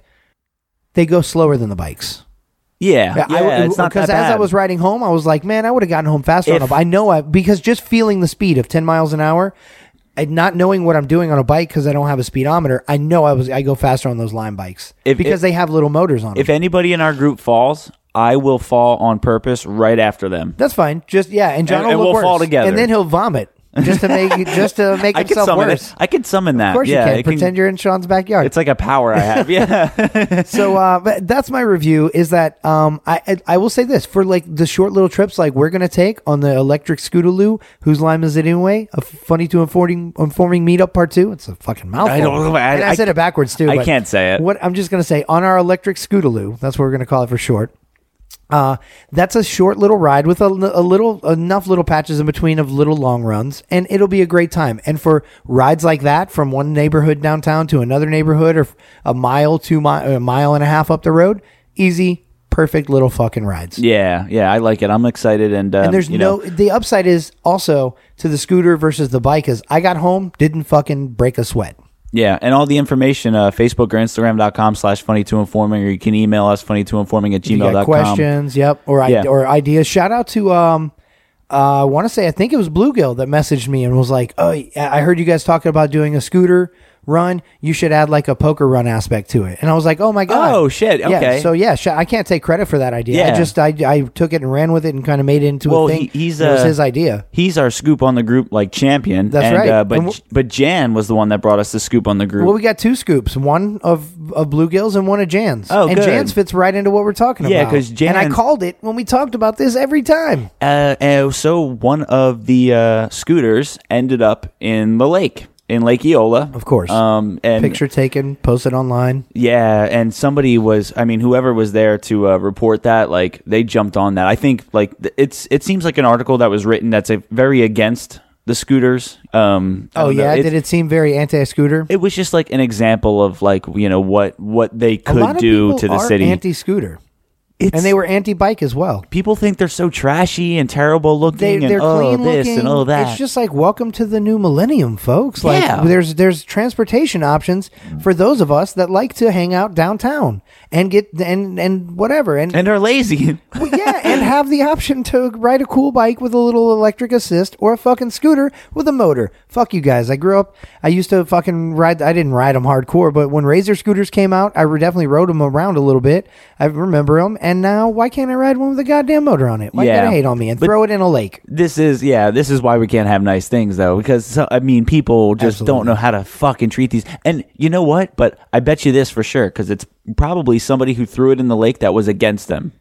D: they go slower than the bikes.
C: yeah, yeah.
D: I- I,
C: it's not
D: because
C: that
D: as I
C: bad.
D: was riding home, I was like, man, I would have gotten home faster. on a
C: If-
D: b- I know I because just feeling the speed of ten miles an hour, and not knowing what I'm doing on a bike because I don't have a speedometer, I know I was I go faster on those line bikes
C: If-
D: because
C: if-
D: they have little motors on them.
C: If anybody in our group falls, I will fall on purpose right after them.
D: That's fine. Just yeah, and John
C: And-
D: will
C: and
D: look
C: we'll
D: worse.
C: fall together.
D: and then he'll vomit just to make just to make
C: I could
D: himself
C: summon
D: worse.
C: it. I could summon that.
D: Of course
C: yeah,
D: you can
C: it
D: pretend you're in Sean's backyard.
C: It's like a power I have. Yeah.
D: so uh, but that's my review is that um, I, I I will say this for like the short little trips like we're gonna take on the electric scootaloo whose lime is it anyway a funny to informing informing meetup part two it's a fucking mouthful
C: I don't know, I-
D: and I,
C: I-
D: said it backwards too
C: I
D: but
C: can't say it.
D: what I'm just gonna say on our electric scootaloo that's what we're gonna call it for short uh, that's a short little ride with a, a little enough little patches in between of little long runs, and it'll be a great time. And for rides like that, from one neighborhood downtown to another neighborhood, or f- a mile, two mile, a mile and a half up the road, easy, perfect little fucking rides.
C: yeah. Yeah. I like it. I'm excited. And, um,
D: And there's
C: you
D: no
C: know,
D: the upside is also to the scooter versus the bike is I got home didn't fucking break a sweat.
C: yeah. And all the information, uh, Facebook or Instagram.com slash funny to informing, or you can email us funny to informing at
D: you got
C: gmail.com.
D: questions yep or I
C: Yeah.
D: or ideas shout out to um uh, I want to say I think it was Bluegill that messaged me and was like, "Oh, I- I heard you guys talking about doing a scooter run. You should add like a poker run aspect to it." And I was like, "Oh my god!"
C: Oh, shit.
D: Yeah,
C: Okay.
D: so yeah, sh- I can't take credit for that idea. I
C: Yeah.
D: just I, I took it and ran with it and kind of made it into
C: Well,
D: a thing.
C: he, he's,
D: It was
C: uh,
D: his idea.
C: He's our scoop on the group, like champion.
D: That's
C: and,
D: right.
C: Uh, but,
D: And w-
C: but Jan was the one that brought us the scoop on the group.
D: Well, we got two scoops, one of of bluegills and one of Jan's.
C: Oh,
D: and
C: good.
D: Jan's fits right into what we're talking
C: Yeah,
D: about.
C: 'cause
D: and I
C: Jan's-
D: called it when we talked about this every time.
C: uh, and so one of the uh, scooters ended up in the lake. In Lake Eola,
D: Of course.
C: Um, and
D: Picture taken, posted online.
C: Yeah, and somebody was I mean whoever was there to uh, report that like they jumped on that. I think like th- it's it seems like an article that was written that's a very against the scooters. Um I
D: Oh
C: don't know.
D: yeah,
C: It's-
D: did it seem very anti-scooter?
C: it was just like an example of like you know what what they
D: A lot
C: could
D: of
C: do
D: people
C: to the
D: are
C: city.
D: Anti-scooter.
C: It's,
D: and they were anti-bike as well.
C: people think they're so trashy and terrible looking
D: They,
C: and
D: they're
C: oh
D: clean
C: this
D: looking.
C: and oh that.
D: It's just like welcome to the new millennium, folks. Like
C: Yeah.
D: there's there's transportation options for those of us that like to hang out downtown and get and and whatever and,
C: and are lazy.
D: Well, yeah, and have the option to ride a cool bike with a little electric assist or a fucking scooter with a motor. Fuck you guys. I grew up, I used to fucking ride, I didn't ride them hardcore, but when Razor scooters came out, I re- definitely rode them around a little bit. I remember them. And now, why can't I ride one with a goddamn motor on it? Why
C: Yeah.
D: gotta hate on me and
C: But-
D: throw it in a lake?
C: this is yeah this is why we can't have nice things though because so, i mean people just don't know how to fucking treat these and you know what but i bet you this for sure because it's probably somebody who threw it in the lake that was against them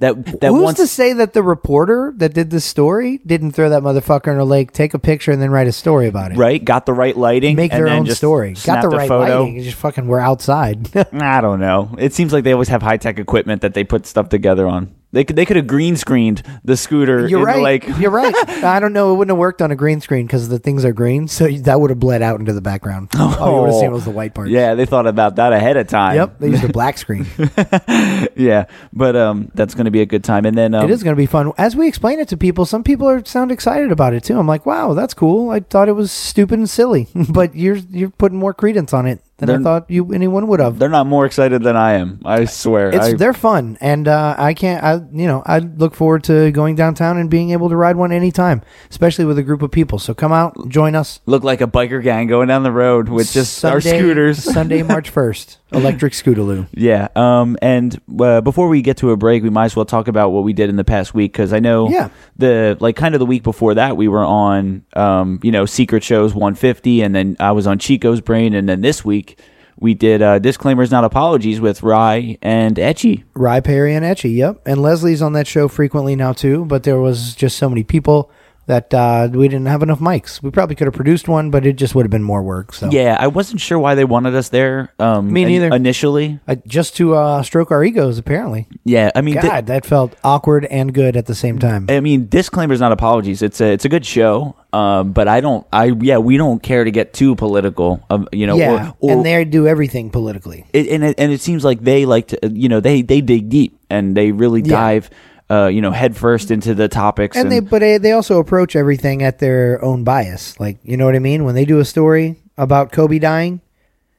C: that that
D: Who's
C: wants
D: to say that the reporter that did this story didn't throw that motherfucker in a lake, take a picture, and then write a story about it?
C: right got the right lighting
D: Make
C: and
D: their
C: then
D: own
C: just
D: story. Got
C: snapped
D: the
C: a
D: right
C: photo
D: lighting. You just fucking were outside.
C: i don't know it seems like they always have high-tech equipment that they put stuff together on they could they could have green screened the scooter
D: You're
C: in
D: right.
C: the lake
D: You're right. I don't know. It wouldn't have worked on a green screen because the things are green, so that would have bled out into the background. Oh, All you would have seen was the white part.
C: yeah they thought about that ahead of time
D: Yep. They used a black screen.
C: yeah but um that's gonna be a good time and then um,
D: it is going to be fun. As we explain it to people, some people are sound excited about it too. I'm like, wow, that's cool. I thought it was stupid and silly, but you're you're putting more credence on it than
C: They're-
D: I thought you anyone would have.
C: They're not more excited than I am. I swear.
D: It's
C: I-
D: they're fun, and uh, I can't. I you know I look forward to going downtown and being able to ride one anytime, especially with a group of people. So come out, join us.
C: look like a biker gang going down the road with just our
D: Sunday-
C: scooters.
D: Sunday, March 1st, electric scootaloo.
C: yeah. Um. And uh, before we get to a break, we might as well talk about what we did in the past week because I know.
D: Yeah.
C: The like kind of the week before that we were on um you know secret shows 150 and then I was on Chico's Brain and then this week we did uh, disclaimers not apologies with Rye and Etchy.
D: Rye Perry and Etchy, yep. And Leslie's on that show frequently now too, but there was just so many people that uh, we didn't have enough mics. We probably could have produced one, but it just would have been more work. So
C: Yeah, I wasn't sure why they wanted us there. Um,
D: Me
C: in-
D: neither.
C: Initially,
D: Uh, just to uh, stroke our egos, apparently.
C: yeah. I mean, th-
D: God, that felt awkward and good at the same time.
C: I mean, disclaimers, not apologies. It's a it's a good show, um, but I don't. I yeah, we don't care to get too political. Um, you know,
D: yeah,
C: or, or
D: and they do everything politically.
C: it, and it, and it seems like they like to. You know, they they dig deep and they really
D: Yeah.
C: dive. Uh, you know, headfirst into the topics.
D: and they but eh, they also approach everything at their own bias like you know what i mean when they do a story about kobe dying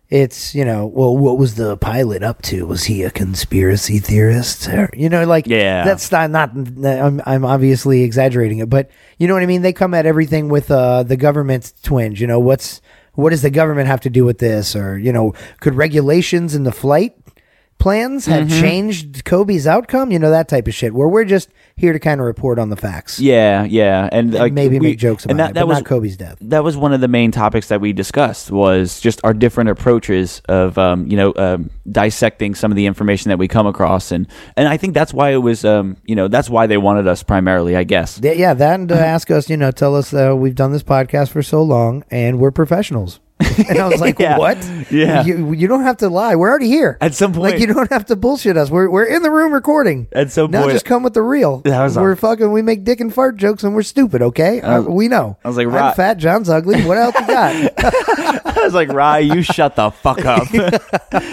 D: it's you know well what was the pilot up to was he a conspiracy theorist or, you know like
C: Yeah.
D: that's not, not I'm, I'm obviously exaggerating it but you know what i mean they come at everything with uh, the government twinge you know what's what does the government have to do with this or you know could regulations in the flight plans have
C: Mm-hmm.
D: changed kobe's outcome you know that type of shit where we're just here to kind of report on the facts
C: yeah, yeah, and like,
D: maybe
C: we-
D: make jokes about
C: and
D: it, but not Kobe's death.
C: That was one of the main topics that we discussed was just our different approaches of um, you know um, dissecting some of the information that we come across, and and I think that's why it was um, you know that's why they wanted us primarily, I guess.
D: Th- yeah, that
C: Mm-hmm.
D: and to ask us, you know, tell us uh, we've done this podcast for so long and we're professionals. and I was like,
C: Yeah.
D: what?
C: Yeah.
D: You, you don't have to lie. We're already here.
C: At some
D: Like,
C: point-
D: you don't have to bullshit us. We're, we're in the room recording.
C: At some
D: now
C: point-
D: just come with the real.
C: That was
D: we're
C: awful.
D: fucking, we make dick and fart jokes and we're stupid, okay? Uh, we know.
C: I was like,
D: I'm
C: right.
D: fat, John's ugly. What else you got?
C: I was like, Rye, you shut the fuck up.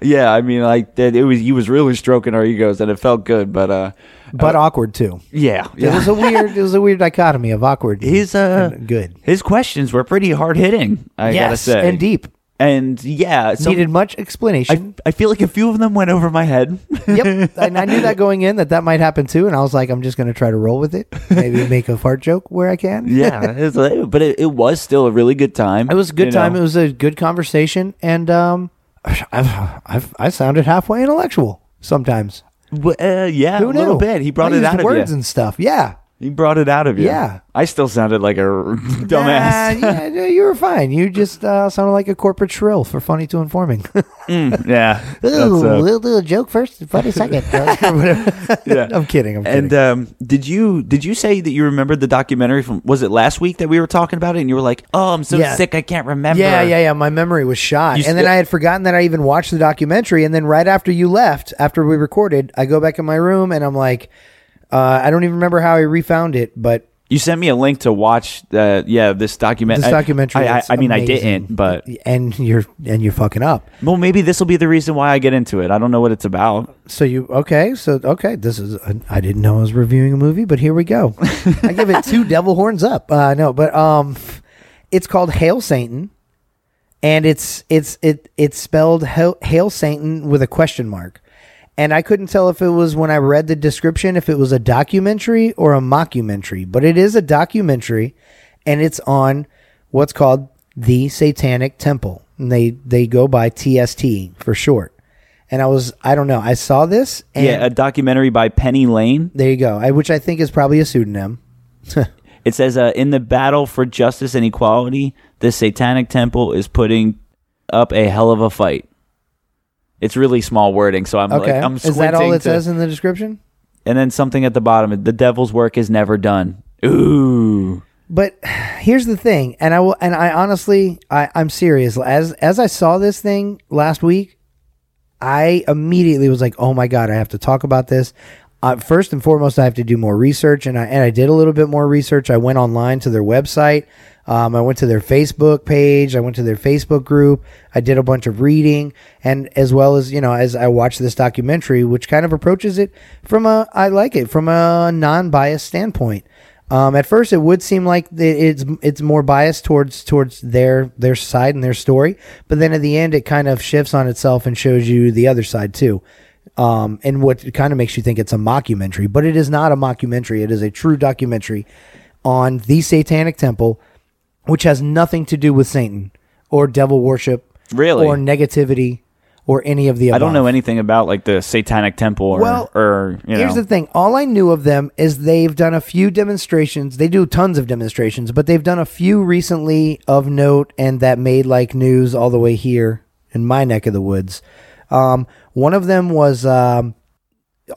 C: yeah, I mean, like that. It was you was really stroking our egos, and it felt good. But uh,
D: but awkward, too.
C: yeah,
D: It
C: yeah.
D: was a weird, it was a weird dichotomy of awkward.
C: His uh,
D: and good.
C: His questions were pretty hard hitting. I gotta
D: yes,
C: say,
D: and deep.
C: and yeah, so
D: Needed much explanation.
C: I, I feel like a few of them went over my head.
D: yep. And I knew that going in that that might happen too. And I was like, I'm just going to try to roll with it. Maybe make a fart joke where I can.
C: yeah, it was like- but it, it was still a really good time.
D: It was a
C: you
D: good time.
C: know.
D: It was a good conversation. And um, I've, I've, I sounded halfway intellectual sometimes.
C: W- uh, yeah,
D: Who
C: a
D: knew?
C: little bit. He brought
D: I
C: it
D: used
C: out of
D: words
C: you.
D: and stuff. Yeah.
C: he brought it out of you.
D: Yeah.
C: I still sounded like a dumbass.
D: Nah, yeah, no, you were fine. You just uh, sounded like a corporate shrill for funny to informing. Ooh,
C: yeah, that's, uh,
D: we'll do a joke first, funny second. Whatever.
C: yeah.
D: I'm kidding. I'm kidding.
C: And um, did you did you say that you remembered the documentary from was it last week that we were talking about it and you were like, "Oh, I'm so
D: Yeah.
C: sick I can't remember."
D: Yeah, yeah, yeah. My memory was shot.
C: You
D: and then
C: still-
D: I had forgotten that I even watched the documentary. And then right after you left, after we recorded, I go back in my room and I'm like, uh, I don't even remember how I refound it, but
C: You sent me a link to watch. Uh, yeah, this document.
D: This documentary.
C: I, I,
D: is
C: I mean, I
D: amazing.
C: didn't, but
D: and you're and you're fucking up.
C: well, maybe this will be the reason why I get into it. I don't know what it's about.
D: So you okay? So okay, this is uh, I didn't know I was reviewing a movie, but here we go. I give it two devil horns up. Uh, no, but um, it's called Hail Satan, and it's it's it it's spelled Hail, Hail Satan with a question mark, and I couldn't tell if it was when I read the description if it was a documentary or a mockumentary, but it is a documentary, and it's on what's called the Satanic Temple. And they they go by TST for short. And I was I don't know I saw this and
C: yeah, a documentary by Penny Lane.
D: there you go I, which I think is probably a pseudonym.
C: It says, uh, in the battle for justice and equality, the Satanic Temple is putting up a hell of a fight. It's really small wording, so I'm
D: Okay,
C: like, I'm
D: is that all
C: squinting to-
D: it says in the description?
C: And then something at the bottom: the devil's work is never done. Ooh,
D: But here's the thing, and I will, and I honestly, I, I'm serious. As as I saw this thing last week, I immediately was like, "Oh my god, I have to talk about this." Uh, first and foremost, I have to do more research, and I and I did a little bit more research. I went online to their website. Um, I went to their Facebook page. I went to their Facebook group. I did a bunch of reading, and as well as you know, as I watched this documentary, which kind of approaches it from a I like it from a non-biased standpoint. Um, at first, it would seem like it- it's it's more biased towards towards their their side and their story, but then at the end, it kind of shifts on itself and shows you the other side too, um, and what kind of makes you think it's a mockumentary, but it is not a mockumentary. It is a true documentary on the Satanic Temple, which has nothing to do with Satan or devil worship,
C: Really?
D: or negativity, or any of the. Above.
C: I don't know anything about like the Satanic Temple or,
D: Well,
C: or you
D: Here's
C: know.
D: the thing. All I knew of them is they've done a few demonstrations. They do tons of demonstrations, but they've done a few recently of note and that made like news all the way here in my neck of the woods. Um, one of them was um,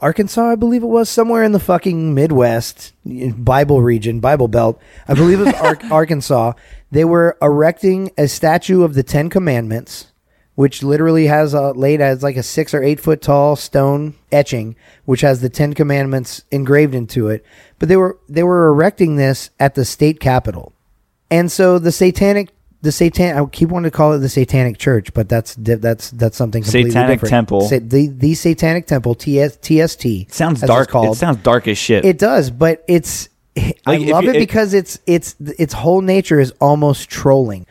D: Arkansas, I believe it was, somewhere in the fucking Midwest, Bible region, Bible Belt. I believe it was Ar- Arkansas. They were erecting a statue of the Ten Commandments, which literally has a laid as like a six or eight foot tall stone etching, which has the Ten Commandments engraved into it. But they were they were erecting this at the state capitol. And so the satanic, the satan, I keep wanting to call it the satanic church, but that's di- that's that's something completely
C: Satanic
D: different.
C: temple.
D: Sa- the the satanic temple, TS, TST.
C: sounds
D: as it's
C: dark.
D: called.
C: It sounds dark as shit.
D: It does, but it's I
C: Like, if
D: love
C: you-
D: it
C: it-
D: because it's it's its whole nature is almost trolling,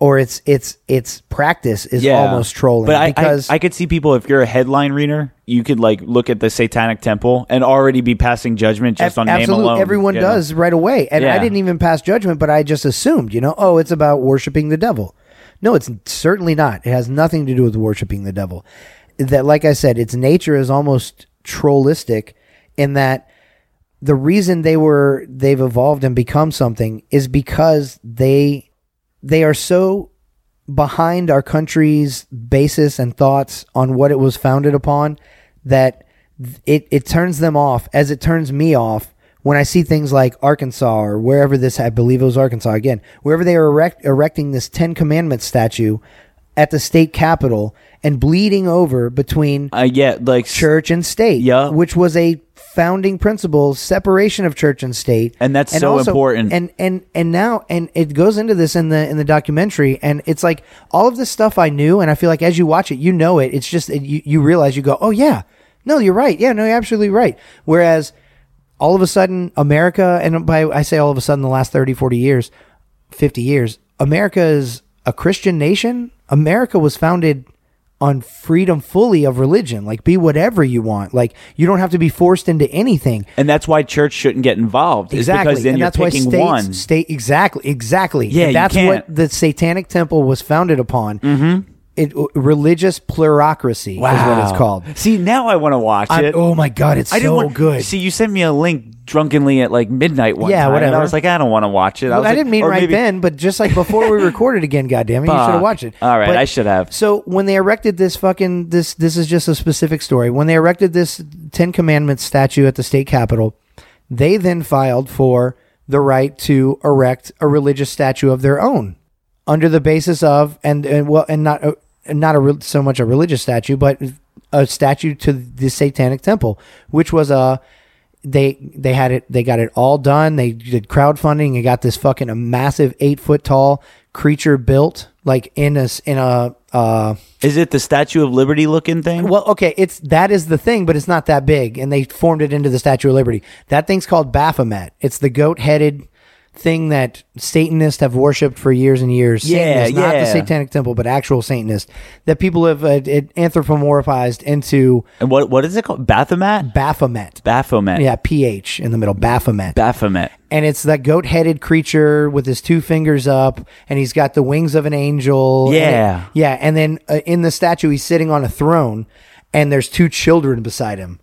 D: or it's it's it's practice is almost trolling.
C: But I,
D: because
C: I, I could see people if you're a headline reader, you could like look at the Satanic Temple and already be passing judgment just on name
D: absolutely
C: alone.
D: everyone
C: you know?
D: does right away, and I
C: Yeah.
D: didn't even pass judgment, but I just assumed, you know, oh, it's about worshiping the devil. No, it's certainly not. It has nothing to do with worshiping the devil. That, like I said, its nature is almost trollistic, in that the reason they were they've evolved and become something is because they they are so behind our country's basis and thoughts on what it was founded upon that th- it, it turns them off as it turns me off when I see things like Arkansas or wherever this, I believe it was Arkansas again, wherever they are erect, erecting this Ten Commandments statue at the state capitol and bleeding over between
C: Uh, yeah, like sure.
D: church and state,
C: Yeah.
D: which was a founding principle, separation of church and state,
C: And that's so important.
D: And and and now and it goes into this in the in the documentary, and it's like all of this stuff I knew, and I feel like as you watch it, you know it. It's just you you realize you go, oh yeah, no, you're right, yeah, no, you're absolutely right. Whereas all of a sudden America, and by I say all of a sudden the last 30, 40 years, 50 years, America is a Christian nation. America was founded on freedom fully of religion. Like, be whatever you want. Like, you don't have to be forced into anything.
C: And that's why church shouldn't get involved. is
D: Exactly.
C: because then
D: and
C: you're
D: that's
C: picking
D: why states,
C: one.
D: State, exactly. Exactly.
C: Yeah, you
D: that's
C: can't.
D: what the Satanic Temple was founded upon. Mm-hmm. It, religious plurocracy is what it's
C: Wow.
D: called.
C: See, now I want to watch
D: I-
C: it.
D: oh my God, it's
C: I didn't
D: so
C: want,
D: good.
C: See, you sent me a link drunkenly at like midnight one
D: Yeah,
C: time, And
D: whatever.
C: I was like, I don't want to watch it. I,
D: Well,
C: was
D: I
C: like-
D: didn't mean
C: or
D: right
C: maybe-
D: then, but just like before we recorded again, goddamn it, you should
C: Fuck.
D: have watched it.
C: All right,
D: But-
C: I should have.
D: So when they erected this fucking this this is just a specific story. When they erected this Ten Commandments statue at the state capitol, they then filed for the right to erect a religious statue of their own under the basis of and, and well and not uh, not a re- so much a religious statue, but a statue to the Satanic Temple, which was a they they had it they got it all done. They did crowdfunding. They got this fucking a massive eight foot tall creature built like in a s- in a uh
C: Is it the Statue of Liberty looking thing?
D: well okay it's that is the thing but it's not that big and they formed it into the Statue of Liberty. That thing's called Baphomet. It's the goat headed thing that Satanists have worshipped for years and years.
C: Yeah,
D: Satanists, not
C: yeah.
D: the Satanic Temple, but actual Satanists that people have uh, it anthropomorphized into
C: And what what is it called? Baphomet?
D: Baphomet.
C: Baphomet.
D: Yeah, PH in the middle, Baphomet.
C: Baphomet.
D: and it's that goat headed creature with his two fingers up, and he's got the wings of an angel. and it-
C: Yeah.
D: yeah. And then uh, in the statue, he's sitting on a throne, and there's two children beside him.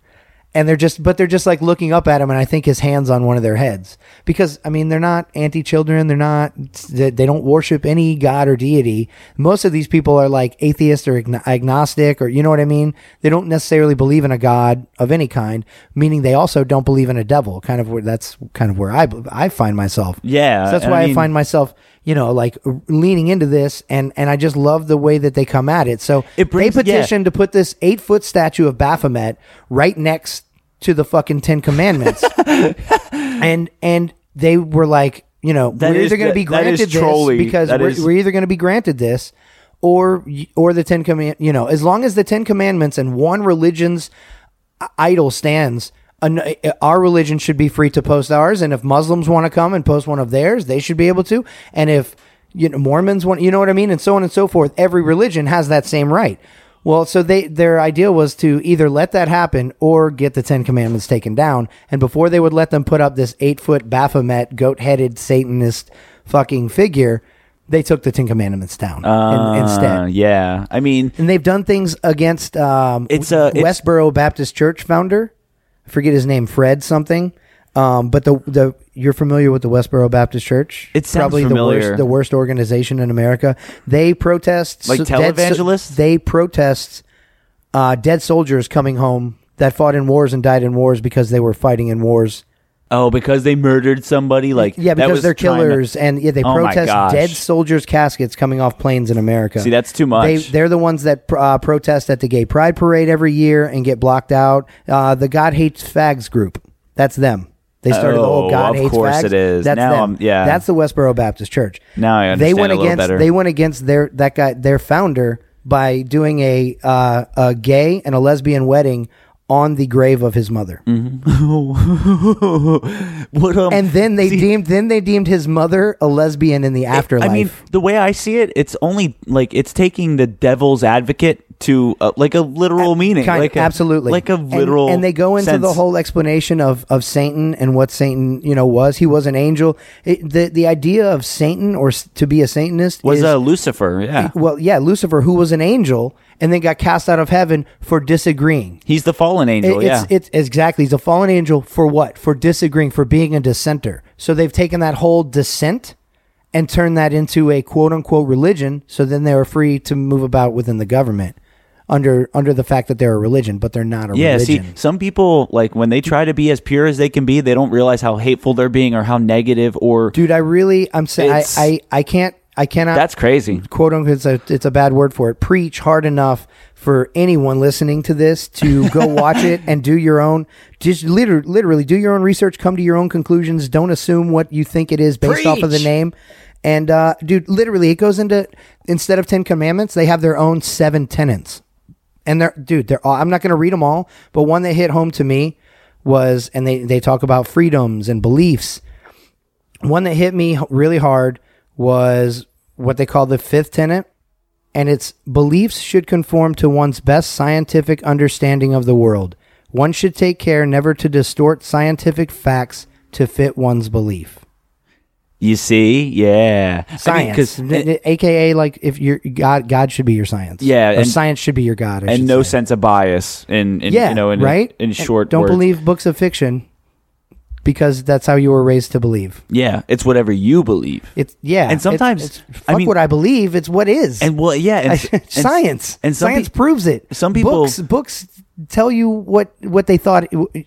D: And they're just, but they're just like looking up at him, and I think his hands on one of their heads because I mean they're not anti-children, they're not, they they don't worship any god or deity. Most of these people are like atheist or agno- agnostic, or you know what I mean. They don't necessarily believe in a god of any kind, meaning they also don't believe in a devil. Kind of where that's kind of where I I find myself.
C: Yeah,
D: So that's
C: and
D: why
C: I
D: I,
C: mean-
D: find myself, you know, like r- leaning into this, and and I just love the way that they come at it. So
C: It brings-
D: they
C: yeah.
D: petitioned to put this eight foot statue of Baphomet right next to the fucking Ten Commandments, and and they were like, you know,
C: That
D: we're
C: is-
D: either going to be
C: that- that is
D: granted this
C: trolly.
D: because
C: That
D: we're,
C: is-
D: we're either going to be granted this. Or, y- or the Ten Command, you know, as long as the Ten Commandments and one religion's idol stands. An, uh, our religion should be free to post ours, and if Muslims want to come and post one of theirs, they should be able to. And if you know Mormons want, you know what I mean, and so on and so forth. Every religion has that same right. Well, so they their idea was to either let that happen or get the Ten Commandments taken down. And before they would let them put up this eight foot Baphomet goat headed Satanist fucking figure, they took the Ten Commandments down in-
C: Uh,
D: instead.
C: yeah. I mean,
D: And they've done things against um,
C: It's, uh, it's-
D: Westboro Baptist Church founder. I forget his name, Fred something. Um, but the the you're familiar with the Westboro Baptist Church?
C: It sounds
D: probably the
C: familiar.
D: worst the worst organization in America. They protest
C: Like
D: dead so-
C: televangelists?
D: they protest uh, dead soldiers coming home that fought in wars and died in wars because they were fighting in wars.
C: oh, because they murdered somebody. Like
D: Yeah,
C: that was
D: because they're
C: trying to-
D: killers, and yeah, they
C: Oh my
D: protest
C: gosh.
D: dead soldiers' caskets coming off planes in America.
C: See, that's too much.
D: They, they're the ones that uh, protest at the gay pride parade every year and get blocked out. Uh, the God Hates Fags group. That's them. They started the whole
C: Oh,
D: God
C: of
D: Hates
C: course
D: Fags.
C: it is.
D: That's
C: Now
D: them.
C: I'm- yeah.
D: That's the Westboro Baptist Church.
C: Now I
D: They
C: understand
D: went
C: a little
D: against.
C: better.
D: They went against their that guy their founder by doing a uh, a gay and a lesbian wedding on the grave of his mother.
C: Mm-hmm. what? Um,
D: And then they deemed then they deemed his mother a lesbian in the afterlife.
C: I mean, the way I see it, it's only like it's taking the devil's advocate to uh, like a literal meaning,
D: Kind-
C: like a-
D: absolutely,
C: like a
D: And-
C: literal.
D: And, they go into the
C: sense.
D: whole explanation of of Satan and what Satan you know was. He was an angel. It, the the idea of Satan or s- to be a Satanist
C: was
D: is,
C: uh, Lucifer. Yeah,
D: well, yeah, Lucifer, who was an angel and then got cast out of heaven for disagreeing.
C: he's the fallen angel.
D: It-
C: yeah,
D: it's, it's exactly. He's a fallen angel for what? For disagreeing, for being a dissenter. So they've taken that whole dissent and turned that into a quote unquote religion. So then they are free to move about within the government under under the fact that they're a religion, but they're not a
C: yeah.
D: religion.
C: See, some people like when they try to be as pure as they can be, they don't realize how hateful they're being or how negative or
D: Dude, I really, I'm saying, I,
C: It's-
D: I, I can't, I cannot.
C: that's crazy.
D: quote unquote it's a, it's a bad word for it preach hard enough for anyone listening to this to go watch it and do your own just liter- literally do your own research come to your own conclusions don't assume what you think it is based off of the name and uh, dude literally it goes into instead of 10 commandments they have their own seven tenets and they're dude they're all, i'm not going to read them all but one that hit home to me was and they they talk about freedoms and beliefs one that hit me h- really hard was what they call the fifth tenet and it's beliefs should conform to one's best scientific understanding of the world one should take care never to distort scientific facts to fit one's belief
C: You see, yeah,
D: science
C: I mean, 'cause-
D: N- n- aka like if your god god should be your science
C: Yeah,
D: Or
C: and-
D: science should be your god I
C: and
D: should
C: no
D: say.
C: sense of bias in, in
D: yeah
C: you know in
D: right
C: in
D: And
C: short
D: don't
C: words.
D: believe books of fiction because that's how you were raised to believe
C: yeah it's whatever you believe
D: It's yeah,
C: And
D: it's-
C: sometimes-
D: it's,
C: I
D: fuck
C: mean-
D: what I believe. It's what is.
C: and well yeah and, and-
D: science
C: and some
D: science
C: peop-
D: proves it.
C: some people-
D: books, books tell you what what they thought. it-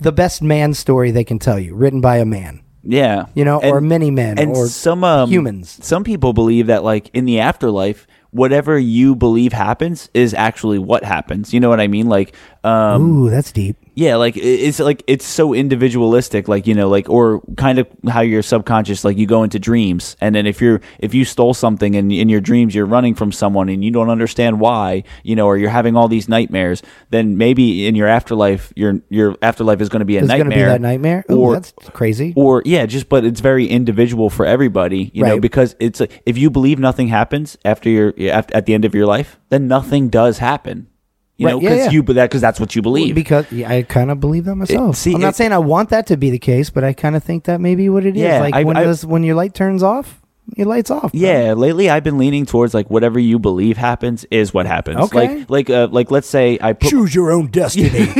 D: the best man story they can tell you, written by a man.
C: yeah
D: You know, or many men,
C: and
D: or
C: some um,
D: humans.
C: some people believe that like in the afterlife whatever you believe happens is actually what happens you know what i mean like Um,
D: Ooh, that's deep.
C: yeah, like i- it's like it's so individualistic, like you know, like or kind of how your subconscious, like you go into dreams, and then if you're if you stole something and in your dreams you're running from someone and you don't understand why, you know, or you're having all these nightmares, then maybe in your afterlife, your your afterlife is going to be a
D: It's
C: nightmare.
D: going to be that nightmare. Ooh,
C: or-
D: that's crazy.
C: or yeah just but it's very individual for everybody you know
D: Right.
C: because it's like, if you believe nothing happens after your af- at the end of your life then nothing does happen you
D: Right,
C: know
D: yeah,
C: because
D: yeah.
C: you but that because that's what you believe
D: Because yeah, I kind of believe that myself.
C: see,
D: I'm not
C: it-
D: saying I want that to be the case, but I kind of think that may be what it is.
C: Yeah,
D: like
C: I-
D: when
C: I-
D: those- when your light turns off, your light's off. bro.
C: yeah lately i've been leaning towards like whatever you believe happens is what happens
D: Okay.
C: like like uh, like let's say i put
D: Choose your own destiny.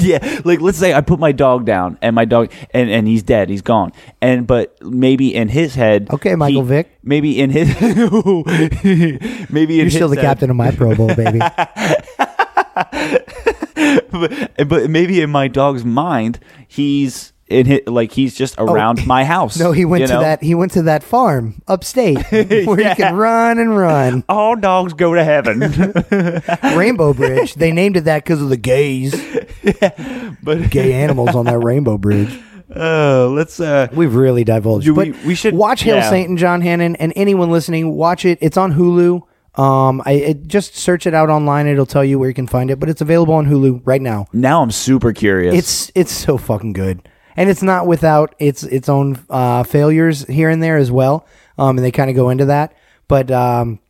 C: yeah, like let's say I put my dog down and my dog and and he's dead, he's gone. And but maybe in his head,
D: Okay, Michael
C: he-
D: Vick.
C: Maybe in his, maybe in
D: You're still
C: his
D: the
C: head-
D: captain of my Pro Bowl, baby.
C: but, but maybe in my dog's mind, he's in his, like he's just around my house.
D: Oh. No, he went
C: you
D: to
C: know?
D: that. He went to that farm upstate where
C: Yeah.
D: he can run and run.
C: All dogs go to heaven,
D: Rainbow Bridge. They named it that because of the gays,
C: but
D: gay animals on that Rainbow Bridge.
C: uh, let's uh,
D: We've really divulged.
C: Do
D: but
C: we- we should-
D: watch Hail
C: yeah.
D: Saint and John Hannon, and anyone listening, watch it. It's on Hulu. Um, I it, just search it out online. It'll tell you where you can find it, but it's available on Hulu right now.
C: now I'm super curious.
D: It's it's so fucking good, and it's not without its its own uh, failures here and there as well. Um, and they kind of go into that, but um,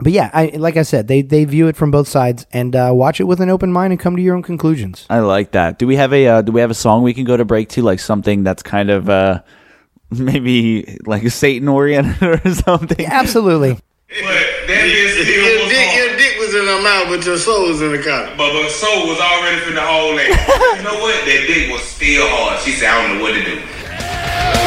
D: but yeah, I like I said, they they view it from both sides and uh, watch it with an open mind and come to your own conclusions.
C: I like that. Do we have a uh, do we have a song we can go to break to like something that's kind of uh maybe like Satan oriented or something?
D: Absolutely,
E: That is still
F: Your
E: was
F: dick,
E: on.
F: your dick was in her mouth, but your soul was in the collar.
E: But her soul was already finna hold that. you know what? That dick was still hard. She said, I don't know what to do.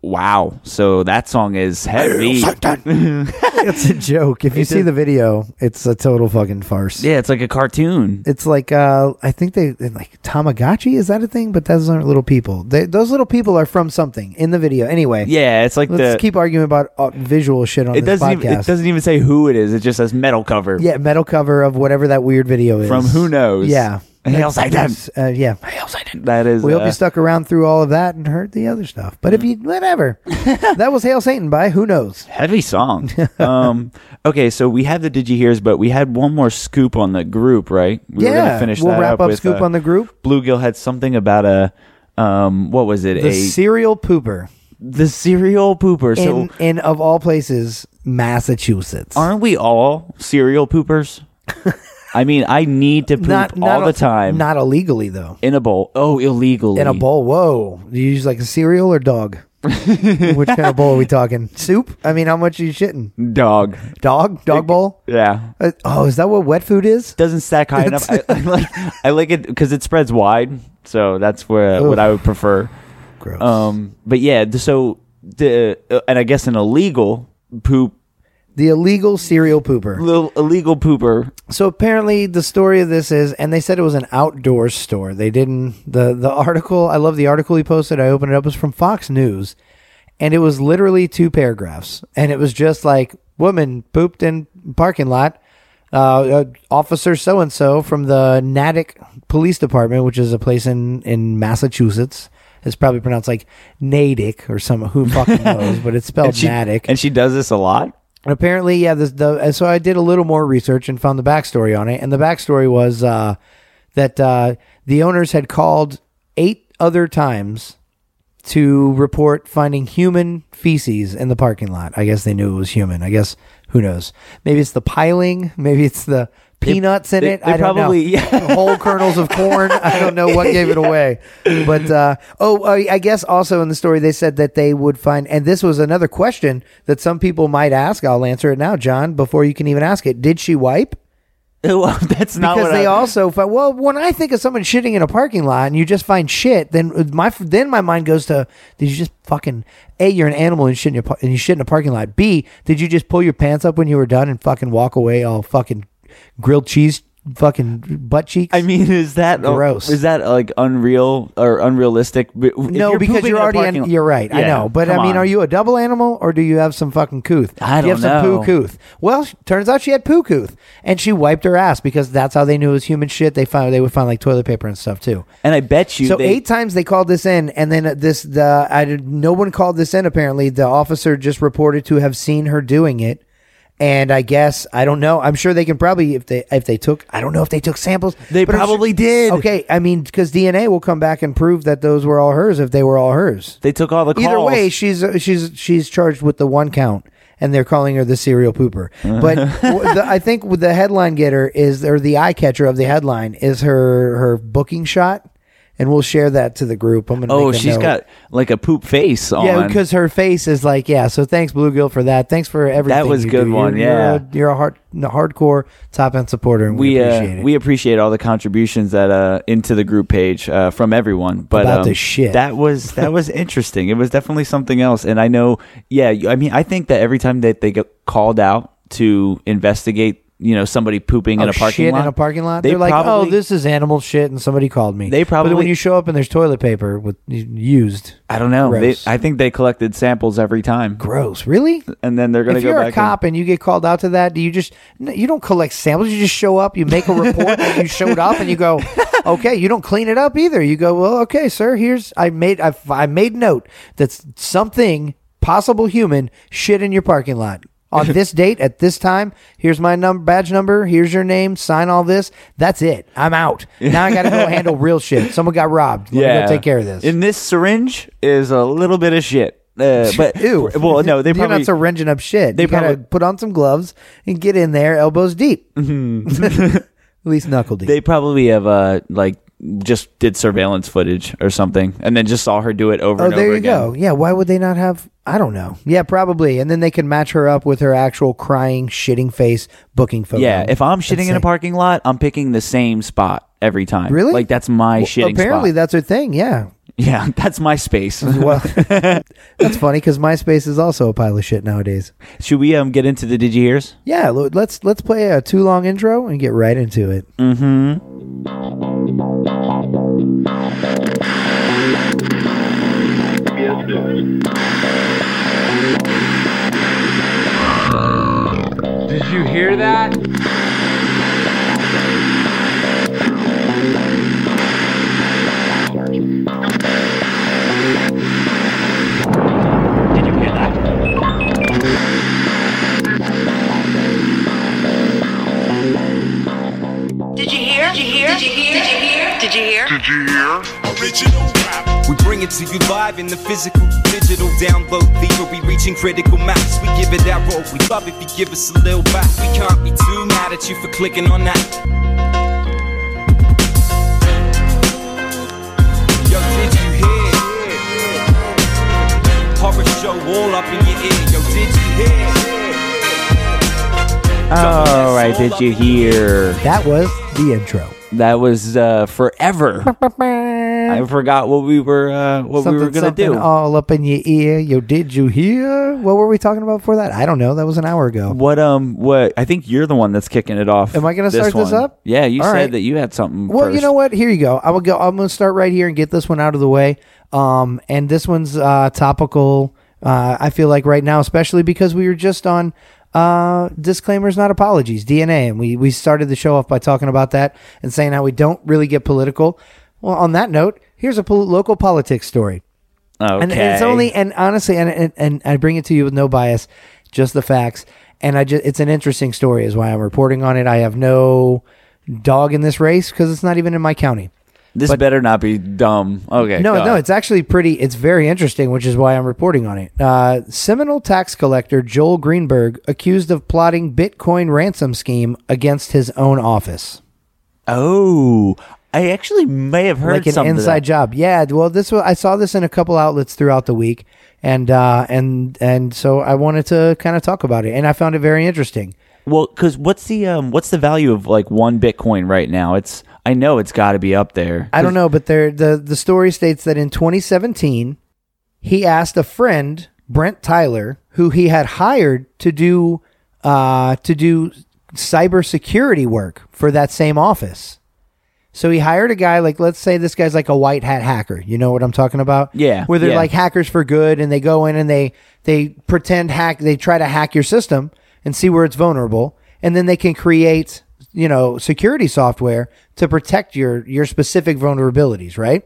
C: Wow. So that song is heavy.
D: it's a joke. If you see the video, it's a total fucking farce.
C: Yeah, it's like a cartoon.
D: It's like uh, I think they they're like Tamagotchi is that a thing? But those aren't little people. They, those little people are from something in the video. Anyway,
C: Yeah, it's like
D: Let's
C: the
D: keep arguing about uh, visual shit on
C: it
D: this
C: doesn't
D: podcast.
C: even, it doesn't even say who it is. It just says metal cover.
D: Yeah, metal cover of whatever that weird video is
C: From who knows?
D: Yeah,
C: Hail Satan.
D: That's- Uh, yeah,
C: That Mm. is
D: we hope
C: uh,
D: you stuck around through all of that and heard the other stuff. But if you, whatever, that was Hail Satan by Who Knows.
C: heavy song. um okay, so we have the Digi Hears, but we had one more scoop on the group, right? We were
D: yeah,
C: gonna finish
D: we'll
C: that
D: wrap
C: up,
D: up
C: with,
D: scoop
C: uh,
D: on the group.
C: Bluegill had something about a um what was it?
D: The
C: a
D: serial pooper
C: the serial pooper. So
D: in in of all places, Massachusetts.
C: aren't we all serial poopers? I mean, I need to poop all the time
D: Not illegally though.
C: in a bowl. Oh, illegally
D: In a bowl. Whoa. Do you use like a cereal or dog? Which kind of bowl are we talking? Soup? I mean, how much are you shitting?
C: Dog.
D: Dog? Dog bowl?
C: Yeah.
D: Uh, oh, is that what wet food is?
C: Doesn't stack high enough. I, I like I like it because it spreads wide, so that's where what I would prefer.
D: Gross.
C: Um, but yeah, th- so the uh, and I guess an illegal poop,
D: the illegal cereal pooper.
C: little illegal pooper.
D: So apparently, the story of this is, and they said it was an outdoor store. They didn't the the article. I love the article he posted. I opened it up. It was from Fox News, and it was literally two paragraphs, and it was just like woman pooped in parking lot. Uh, uh, officer so and so from the Natick Police Department, which is a place in in Massachusetts. It's probably pronounced like Natick or some who fucking knows, but it's spelled
C: She-
D: Natick.
C: and she does this a lot.
D: And apparently, yeah, this, the and so I did a little more research and found the backstory on it. And the backstory was uh, that uh, the owners had called eight other times to report finding human feces in the parking lot. I guess they knew it was human. I guess who knows? Maybe it's the piling. Maybe it's the peanuts in
C: they-
D: it.
C: they
D: I don't
C: probably-
D: know.
C: yeah.
D: Whole kernels of corn. I don't know what gave it away, but uh, oh, I I guess also in the story they said that they would find, and this was another question that some people might ask. I'll answer it now, John, before you can even ask it. Did she wipe?
C: Well, that's not
D: because
C: what I,
D: they also fi- well when i think of someone shitting in a parking lot and you just find shit then uh, my then my mind goes to did you just fucking a you're an animal and you shit in, your, par- and you shit in a parking lot b did you just pull your pants up when you were done and fucking walk away all fucking grilled cheese fucking butt cheeks
C: I mean, is that uh,
D: Gross.
C: Is that like unreal or unrealistic? If
D: no, because
C: pooping
D: you're
C: in a
D: already
C: parking lot-
D: you're right. I
C: Yeah,
D: know, but I
C: come
D: mean,
C: on.
D: are you a double animal or do you have some fucking couth?
C: I
D: do you have
C: don't
D: some
C: know.
D: poo couth. Well, sh- turns out she had poo couth, and she wiped her ass because that's how they knew it was human shit. They found they would find like toilet paper and stuff too.
C: And I bet you.
D: So
C: they,
D: eight times they called this in, and then this the I did, no one called this in. Apparently, the officer just reported to have seen her doing it, and I guess I don't know. I'm sure they can probably if they if they took I don't know if they took samples.
C: They
D: but I'm
C: probably did.
D: Okay, I mean because DNA will come back and prove that those were all hers if they were all hers.
C: They took all the calls.
D: Either way, she's uh, she's she's charged with the one count, and they're calling her the serial pooper. But w- the, I think with the headline getter is or the eye catcher of the headline is her her booking shot, and we'll share that to the group. I'm gonna
C: oh,
D: she's
C: she's got like a poop face on.
D: yeah because her face is like yeah. So thanks Bluegill for that. Thanks for everything.
C: was
D: you
C: good
D: do.
C: one,
D: You're,
C: yeah.
D: you're a, you're a hard no, hardcore top end supporter, and we,
C: we
D: appreciate
C: uh,
D: it.
C: we appreciate all the contributions that uh into the group page uh, from everyone. But
D: About
C: um,
D: this shit.
C: that was that was interesting. It was definitely something else. And I know, yeah. you- I mean, I think that every time that they get called out to investigate, you know, somebody pooping in
D: Oh,
C: a parking
D: shit
C: lot,
D: in a parking lot.
C: they
D: They're like, oh,
C: probably-
D: this is animal shit, and somebody called me.
C: They
D: But when
C: probably-
D: you show up and there's toilet paper with used.
C: I don't know. They,
D: Gross.
C: I think they collected samples every time,
D: Gross. Really?
C: and then they're gonna
D: if
C: go
D: you're
C: back.
D: a cop and, you get called out to that, do you just no, you don't collect samples? You just show up, you make a report that you showed up, and you go, okay. You don't clean it up either. You go, well, okay, sir. Here's I made I, I made note that something possible human shit in your parking lot on this date at this time. Here's my number, badge number. Here's your name. Sign all this. That's it. I'm out. Now I got to go handle real shit. Someone got robbed. Let me go
C: yeah,
D: take care of this.
C: In this syringe is a little bit of shit. Uh, but
D: Ew.
C: well, no, they
D: You're
C: probably
D: not syringing up shit.
C: they
D: you gotta
C: probably-
D: put on some gloves and get in there, elbows deep. At least knuckle
C: Mm-hmm.
D: deep.
C: They probably have uh like just did surveillance footage or something, and then just saw her do it over
D: oh,
C: and over
D: there you
C: again.
D: go. Yeah, why would they not have? I don't know. Yeah, probably. And then they can match her up with her actual crying, shitting face booking photo.
C: Yeah, if I'm shitting in a
D: Insane.
C: parking lot, I'm picking the same spot every time.
D: Really?
C: Like that's my
D: Well,
C: shitting
D: Apparently,
C: spot.
D: that's her thing. Yeah.
C: yeah, that's my space.
D: Well, that's funny because MySpace is also a pile of shit nowadays.
C: Should we um get into the did you hears?
D: Yeah, lo- let's let's play a too long intro and get right into it.
G: Did you hear that?
H: Did you hear? Did you hear? Did you hear? Did you hear?
I: We bring it to you live in the physical, digital download theory, reaching critical mass. We give it our all. We love if you give us a little back. We can't be too mad at you for clicking on that. Yo, did you hear? Horror show all up in your ear. Yo, did you hear?
C: All right, did you hear?
D: That was the intro.
C: That was uh forever. I forgot what we were uh what we were gonna do.
D: all up in your ear. Yo, did you hear? What were we talking about before that? I don't know. That was an hour ago.
C: what um what I think you're the one that's kicking it off.
D: Am I gonna start this
C: one.
D: up?
C: Yeah, you
D: All
C: said
D: right.
C: that you had something.
D: Well,
C: first.
D: you know what? Here you go. I will go. I'm gonna start right here and get this one out of the way. Um, and this one's uh, topical. Uh, I feel like right now, especially because we were just on uh, disclaimers, not apologies, DNA, and we we started the show off by talking about that and saying how we don't really get political. Well, on that note, here's a pol- local politics story.
C: Okay.
D: And it's only and honestly and, and and I bring it to you with no bias, just the facts. And I just it's an interesting story is why I'm reporting on it. I have no dog in this race because it's not even in my county.
C: This better not be dumb. Okay.
D: No,
C: go
D: no,
C: on.
D: it's actually pretty. It's very interesting, which is why I'm reporting on it. Uh, Seminole tax collector Joel Greenberg accused of plotting Bitcoin ransom scheme against his own office.
C: Oh, I actually may have heard
D: like an
C: something.
D: inside job. Yeah. Well, this was I saw this in a couple outlets throughout the week, and uh, and and so I wanted to kind of talk about it, and I found it very interesting.
C: Well, because what's the um, what's the value of like one Bitcoin right now? It's I know it's got to be up there.
D: I don't know, but there the the story states that in 2017, he asked a friend, Brent Tyler, who he had hired to do uh, to do cybersecurity work for that same office. So he hired a guy like let's say this guy's like a white hat hacker. You know what I'm talking about?
C: Yeah,
D: Where they're
C: yeah.
D: like hackers for good and they go in and they they pretend hack they try to hack your system and see where it's vulnerable and then they can create you know security software to protect your your specific vulnerabilities right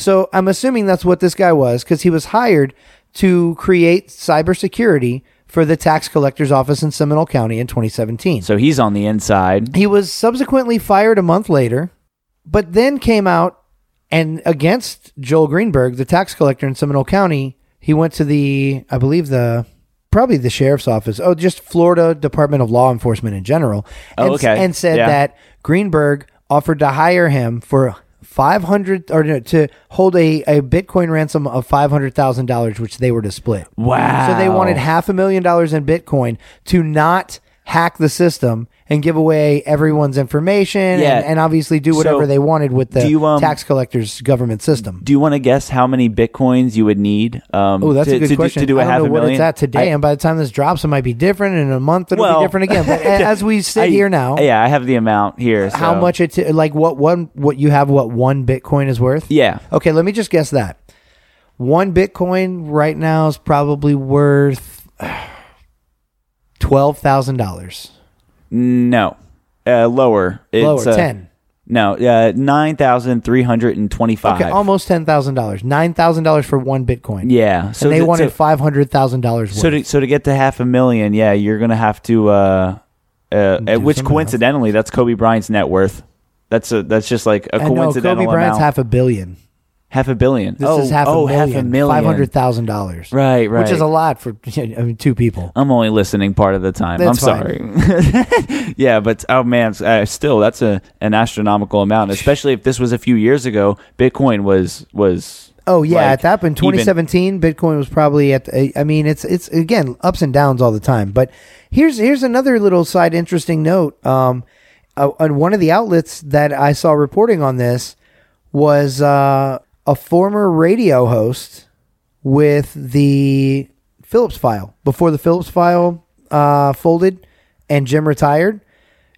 D: so i'm assuming that's what this guy was because he was hired to create cybersecurity for the tax collector's office in seminole county in 2017
C: So he's on the inside.
D: he was subsequently fired a month later, but then came out and against Joel Greenberg, the tax collector in Seminole County, he went to the, I believe the, probably the sheriff's office. Oh, just Florida Department of Law Enforcement in general.
C: Oh,
D: and,
C: okay.
D: And said
C: Yeah.
D: that Greenberg offered to hire him for 500 or no, to hold a, a Bitcoin ransom of $500,000, which they were to split.
C: Wow.
D: So they wanted half a million dollars in Bitcoin to not hack the system and give away everyone's information
C: Yeah.
D: and, and obviously do whatever
C: So,
D: they wanted with the
C: do you, um,
D: tax collector's government system.
C: Do you want to guess how many bitcoins you would need? Um,
D: Oh, that's
C: to,
D: a good
C: to do-
D: question.
C: to do a
D: I don't
C: half
D: know
C: a
D: what
C: million?
D: it's at today,
C: I-
D: and by the time this drops, it might be different. In a month, it'll
C: well,
D: be different again. But a- as we sit
C: I-
D: here now,
C: yeah, I have the amount here.
D: how
C: so-
D: much it like what one what you have what one Bitcoin is worth?
C: Yeah,
D: Okay, let me just guess that. One Bitcoin right now is probably worth twelve thousand dollars.
C: no, uh, lower. It's,
D: Lower
C: uh,
D: ten.
C: No, uh, nine thousand three hundred and twenty-five.
D: Okay, almost ten thousand dollars. Nine thousand dollars for one Bitcoin.
C: Yeah. So
D: and they
C: th-
D: wanted
C: so-
D: five hundred thousand dollars worth.
C: So to, so to get to half a million, yeah, you're gonna have to. Uh, uh, at which
D: some math.
C: coincidentally, that's Kobe Bryant's net worth. That's a that's just like a
D: I know
C: coincidental
D: Kobe Bryant's
C: amount.
D: half a billion.
C: half a billion.
D: This
C: oh,
D: is half
C: oh,
D: a million.
C: half a million.
D: Five hundred thousand dollars.
C: Right, right.
D: Which is a lot for I mean, two people.
C: I'm only listening part of the time.
D: That's
C: I'm
D: fine.
C: sorry. yeah, but oh man, uh, still that's a an astronomical amount, especially if this was a few years ago. Bitcoin was was
D: Oh yeah,
C: like,
D: at that point,
C: even-
D: 2017, Bitcoin was probably at. I mean, it's it's again ups and downs all the time. But here's here's another little side interesting note. Um, uh, on one of the outlets that I saw reporting on this was uh, a former radio host with the Phillips File before the Phillips File uh, folded and Jim retired.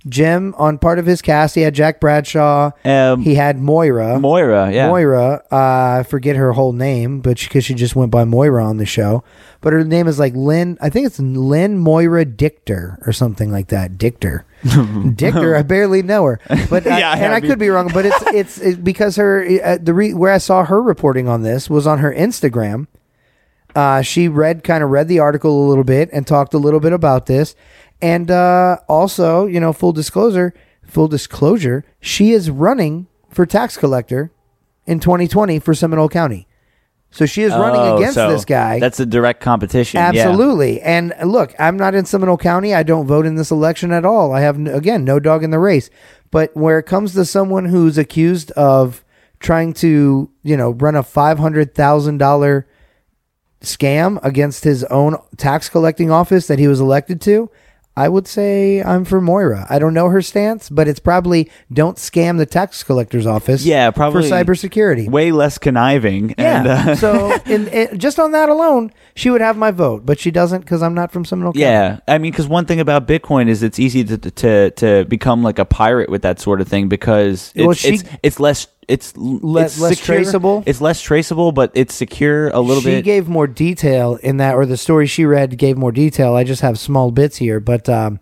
D: Jim on part of his cast, he had Jack Bradshaw.
C: Um,
D: he had Moira.
C: Moira. Yeah,
D: Moira. Uh, I forget her whole name, but because she, just went by Moira on the show. But her name is like Lynn. I think it's Lynn Moira Dictor or something like that. Dictor. Dictor. I barely know her, but I-
C: Yeah, I
D: and I
C: have you-
D: could be wrong. But it's it's it, because her uh, the re, where I saw her reporting on this was on her Instagram. Uh, she read kind of read the article a little bit and talked a little bit about this, and uh, also you know full disclosure, full disclosure, she is running for tax collector in 2020 for Seminole County. So she is running
C: Oh,
D: against
C: so
D: this guy.
C: That's a direct competition. yeah.
D: Absolutely. And look, I'm not in Seminole County. I don't vote in this election at all. I have, n- again, no dog in the race. But where it comes to someone who's accused of trying to, you know, run a $500,000 scam against his own tax collecting office that he was elected to, I would say I'm for Moira. I don't know her stance, but it's probably don't scam the tax collector's office
C: Yeah, probably
D: for cybersecurity.
C: Way less conniving.
D: Yeah.
C: And, uh,
D: so in, in, just on that alone, she would have my vote, but she doesn't because I'm not from Seminole County.
C: Yeah, I mean, because one thing about Bitcoin is it's easy to to to become like a pirate with that sort of thing because it's
D: Well, she-
C: it's, it's less it's l-
D: Le-
C: it's
D: less traceable?
C: It's less traceable, but it's secure a little
D: she
C: bit.
D: gave more detail in that, or the story she read gave more detail. I just have small bits here, but um,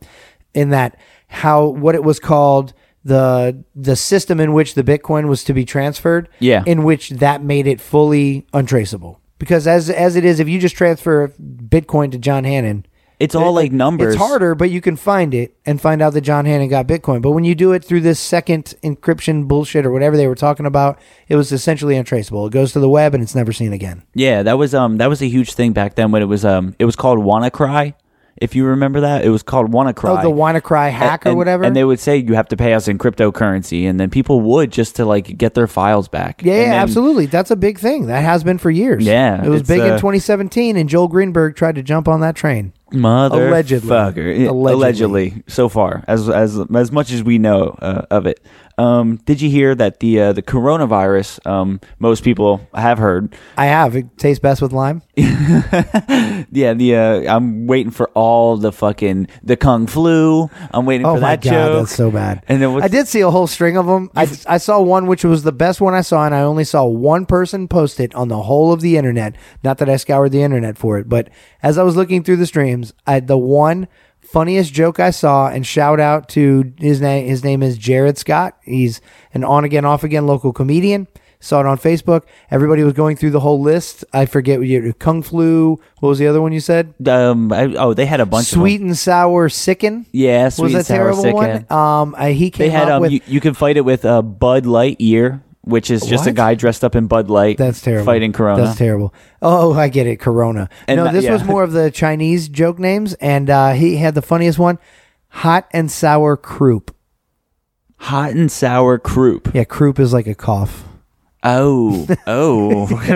D: in that how what it was called the the system in which the Bitcoin was to be transferred,
C: Yeah.
D: in which that made it fully untraceable. Because as as it is, if you just transfer Bitcoin to John Hannon,
C: it's all like numbers.
D: It's harder, but you can find it and find out that John Hannon got Bitcoin. But when you do it through this second encryption bullshit or whatever they were talking about, it was essentially untraceable. It goes to the web and it's never seen again.
C: Yeah, that was um that was a huge thing back then when it was um it was called WannaCry. If you remember that, it was called WannaCry.
D: Oh, the WannaCry hack
C: and,
D: or whatever.
C: And they would say you have to pay us in cryptocurrency, and then people would just to like get their files back.
D: yeah,
C: And
D: yeah,
C: then-
D: absolutely. That's a big thing. That has been for years.
C: Yeah,
D: it was
C: it's,
D: big in
C: uh,
D: 2017, and Joel Greenberg tried to jump on that train.
C: Mother
D: Allegedly.
C: fucker. Yeah,
D: Allegedly.
C: Allegedly. so far as as as much as we know uh, of it. Um, did you hear that the uh, the coronavirus? Um, most people have heard.
D: I have. It tastes best with lime.
C: Yeah, the uh, I'm waiting for all the fucking the kung flu. I'm waiting
D: Oh
C: for
D: my
C: that
D: god,
C: joke.
D: that's so bad.
C: And then what's-
D: I did see a whole string of them. I, I saw one which was the best one I saw, and I only saw one person post it on the whole of the internet. Not that I scoured the internet for it, but as I was looking through the streams, I the one funniest joke I saw, and shout out to his name. His name is Jared Scott. He's an on again, off again local comedian. Saw it on Facebook. Everybody was going through the whole list. I forget what you Kung Flu. What was the other one you said?
C: Um, I, oh, they had a bunch of
D: Sweet and sour sicken.
C: Yeah, sweet
D: was
C: and
D: a
C: sour
D: terrible
C: sicken.
D: one. Um, I, he came
C: They had
D: up
C: um,
D: with
C: you, you can fight it with a Bud Light ear, which is just a
D: What?
C: guy dressed up in Bud Light.
D: that's terrible.
C: Fighting Corona.
D: That's terrible. Oh, I get it. Corona.
C: And
D: no,
C: that-
D: this
C: yeah.
D: was more of the Chinese joke names, and uh, he had the funniest one: hot and sour croup.
C: Hot and sour croup.
D: Yeah, croup is like a cough.
C: Oh, oh.
D: Is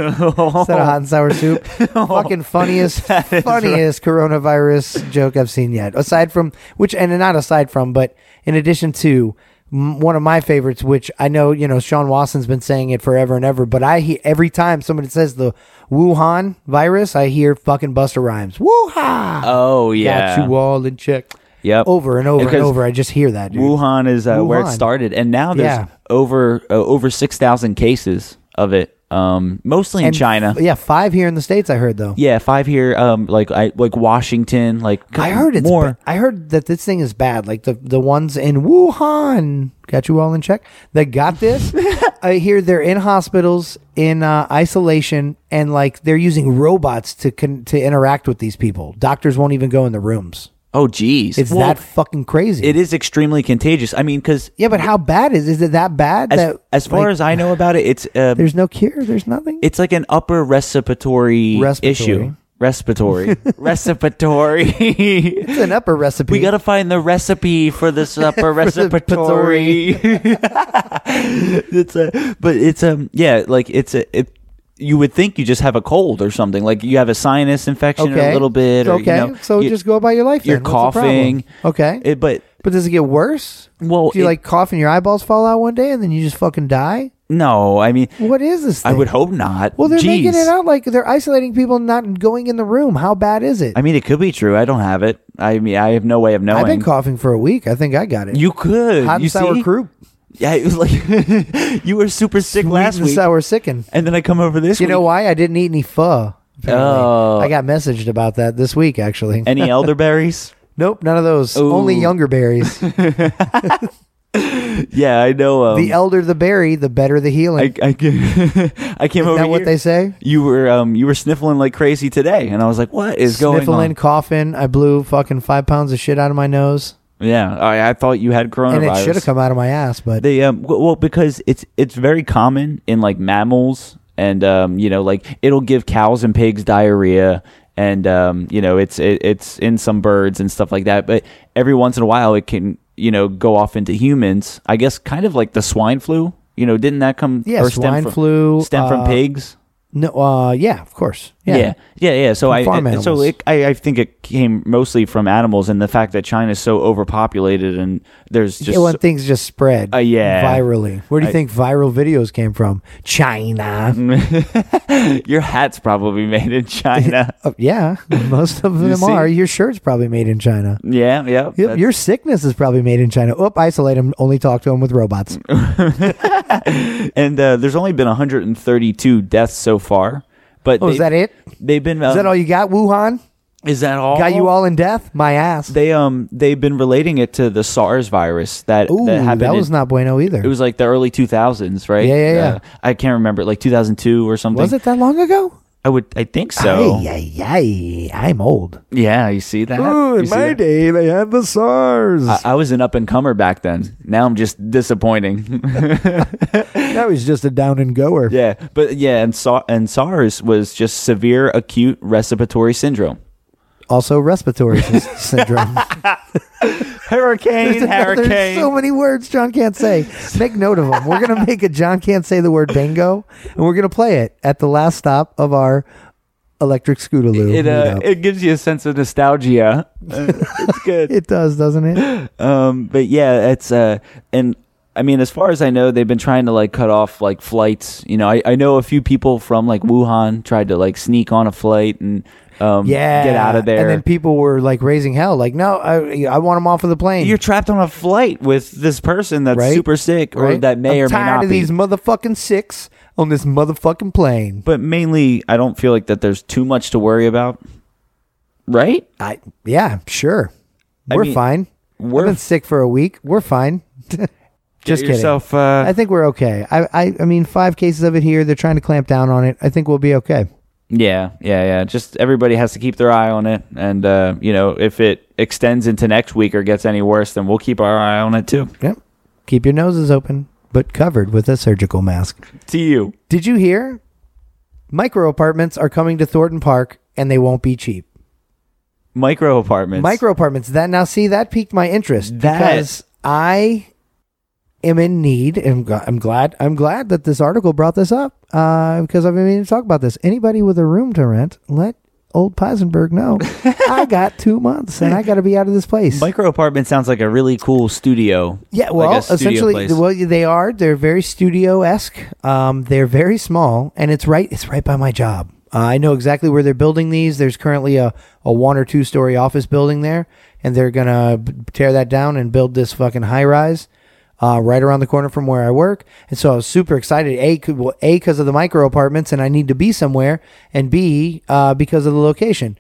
D: that a hot and sour soup? Fucking funniest, funniest coronavirus joke I've seen yet. Aside from which, and not aside from, but in addition to m- one of my favorites, which I know you know Sean Watson's been saying it forever and ever, but I hear every time somebody says the Wuhan virus, I hear fucking Buster Rhymes. Wuhan.
C: oh yeah.
D: Got you all in check.
C: Yep.
D: Over and over and
C: Because
D: over. I just hear that. Dude.
C: Wuhan is uh, where it
D: Wuhan.
C: started, and now there's
D: Yeah.
C: over uh, over six thousand cases of it, um, mostly in
D: And
C: China.
D: f- yeah, five here in the states. I heard though.
C: yeah, five here, um, like I like Washington, like
D: I heard it's
C: more.
D: ba- I heard that this thing is bad. Like the the ones in Wuhan got you all in check. That got this. I hear they're in hospitals in uh, isolation and like they're using robots to con- to interact with these people. Doctors won't even go in the rooms.
C: oh, geez,
D: It's
C: Well,
D: that fucking crazy.
C: It is extremely contagious. I mean, because
D: Yeah, but how bad is is it that bad?
C: as,
D: that
C: as far
D: like,
C: as I know about it, it's uh,
D: there's no cure. There's nothing.
C: it's like an upper respiratory,
D: Respiratory.
C: issue. Respiratory, respiratory.
D: It's an upper recipe.
C: We gotta find the recipe for this upper respiratory. it's a, but it's um, yeah, like it's a, it. You would think you just have a cold or something, like you have a sinus infection or a little bit. Or, you
D: okay,
C: know,
D: so
C: you-
D: just go about your life.
C: You're
D: then. What's the problem?
C: coughing.
D: Okay,
C: It, Eh, but
D: but does it get worse?
C: well,
D: Do you
C: it-
D: like cough and your eyeballs fall out one day and then you just fucking die?
C: no. I mean,
D: What is this?
C: I
D: thing?
C: would hope not.
D: Well, they're making
C: Jeez.
D: it out like they're isolating people, and not going in the room. How bad is it?
C: I mean, it could be true. I don't have it. I mean, I have no way of knowing.
D: I've been coughing for a week. I think I got it.
C: You could.
D: hot and
C: you
D: sour
C: see?
D: croup.
C: Yeah, it was like you were super sick
D: Sweet
C: last
D: and
C: week,
D: sour sicken.
C: and then I come over this.
D: You know
C: week.
D: why I didn't eat any pho? apparently.
C: Oh.
D: I got messaged about that this week actually.
C: Any elderberries?
D: nope, none of those.
C: Ooh. Um.
D: Only younger berries.
C: Yeah, I know. Um,
D: the elder the berry, the better the healing.
C: I, I, ca- I came
D: Isn't
C: over
D: that what
C: here.
D: they say?
C: You were um you were sniffling like crazy today, and I was like, "What is
D: Sniffling,
C: going
D: coughing. I blew fucking five pounds of shit out of my nose,
C: on?" Yeah, I, I thought you had coronavirus.
D: and it should have come out of my ass. But
C: They um w- well because it's it's very common in like mammals, and um you know like it'll give cows and pigs diarrhea, and um you know it's it, it's in some birds and stuff like that. But every once in a while, it can you know go off into humans. I guess kind of like the swine flu. You know, didn't that come?
D: Yeah,
C: or stem
D: swine
C: from-
D: flu,
C: stem
D: uh,
C: from pigs.
D: No, uh, yeah, of course. Yeah.
C: Yeah. yeah, yeah, So
D: From
C: I
D: farm
C: and so
D: animals.
C: it, I I think it came mostly from animals and the fact that China's so overpopulated and there's just
D: Yeah, when things just spread,
C: Uh, yeah.
D: virally. Where do you
C: I- Mm.
D: think viral videos came from? China.
C: your hat's probably made in China.
D: Uh, yeah, most of them
C: see?
D: are. Your shirt's probably made in China.
C: yeah, yeah.
D: Yep, your sickness is probably made in China. Oop, isolate them. Only talk to them with robots.
C: And uh, there's only been 132 deaths so far. But
D: Oh, is
C: they-
D: that it?
C: They've been. Um,
D: Is that all you got? Wuhan
C: Is that all?
D: got you all in death. My ass.
C: They um they've been relating it to the SARS virus that that
D: Ooh, that,
C: happened. in-
D: was not bueno either.
C: It was like the early 2000s, right?
D: Yeah, yeah, yeah.
C: Uh, I can't remember, like 2002 or something.
D: Was it that long ago?
C: I would. I think so. yeah.
D: Ay, ay, ay, I'm old.
C: you see that? You see that?
D: day, they had the SARS.
C: I, I was an up and comer back then. Now I'm just disappointing.
D: that was just a down and goer.
C: yeah, but yeah, and Sa- and SARS was just severe acute respiratory syndrome.
D: Also, respiratory sy- syndrome.
C: Hurricane,
D: There's so many words John can't say. Make note of them. We're gonna make a John can't say the word bingo, and we're gonna play it at the last stop of our electric scootaloo.
C: It
D: meet
C: uh,
D: up.
C: it gives you a sense of nostalgia. Uh, it's good.
D: it does, doesn't it?
C: um, but yeah, it's uh, and I mean, as far as I know, they've been trying to like cut off like flights. You know, I, I know a few people from like Wuhan tried to like sneak on a flight and um,
D: Yeah,
C: get out of there.
D: And then people were like raising hell, like, no, I, I want him off of the plane.
C: You're trapped on a flight with this person that's
D: Right?
C: super sick or
D: Right?
C: that may
D: I'm
C: or may
D: tired
C: not
D: of
C: be.
D: these motherfucking six on this motherfucking plane.
C: but mainly, I don't feel like that. There's too much to worry about, right?
D: I yeah, sure,
C: I
D: we're
C: mean,
D: fine.
C: we're-
D: We've been sick for a week. We're fine. Just
C: Get
D: kidding.
C: yourself, uh,
D: I think we're okay. I, I I mean, five cases of it here. They're trying to clamp down on it. I think we'll be okay.
C: Yeah, yeah, yeah. Just everybody has to keep their eye on it, and uh, you know, if it extends into next week or gets any worse, then we'll keep our eye on it too.
D: Yep. Keep your noses open, but covered with a surgical mask.
C: To you,
D: Did you hear? Micro apartments are coming to Thornton Park, and they won't be cheap.
C: micro apartments,
D: Micro apartments. That now see that piqued my interest
C: That-
D: because I am in need, and gl- I'm glad. I'm glad that this article brought this up uh, because I've been meaning to talk about this. Anybody with a room to rent, let old Peisenberg know. I got two months, and I got to be out of this place.
C: Micro apartment sounds like a really cool studio.
D: Yeah,
C: Like
D: well,
C: a studio
D: essentially,
C: place.
D: well, they are. They're very studio esque. Um, they're very small, and it's right. It's right by my job. Uh, I know exactly where they're building these. There's currently a, a one or two story office building there, and they're gonna b- tear that down and build this fucking high rise uh, right around the corner from where I work. And so I was super excited. A, c- well, a because of the micro apartments, and I need to be somewhere, and B, uh, because of the location.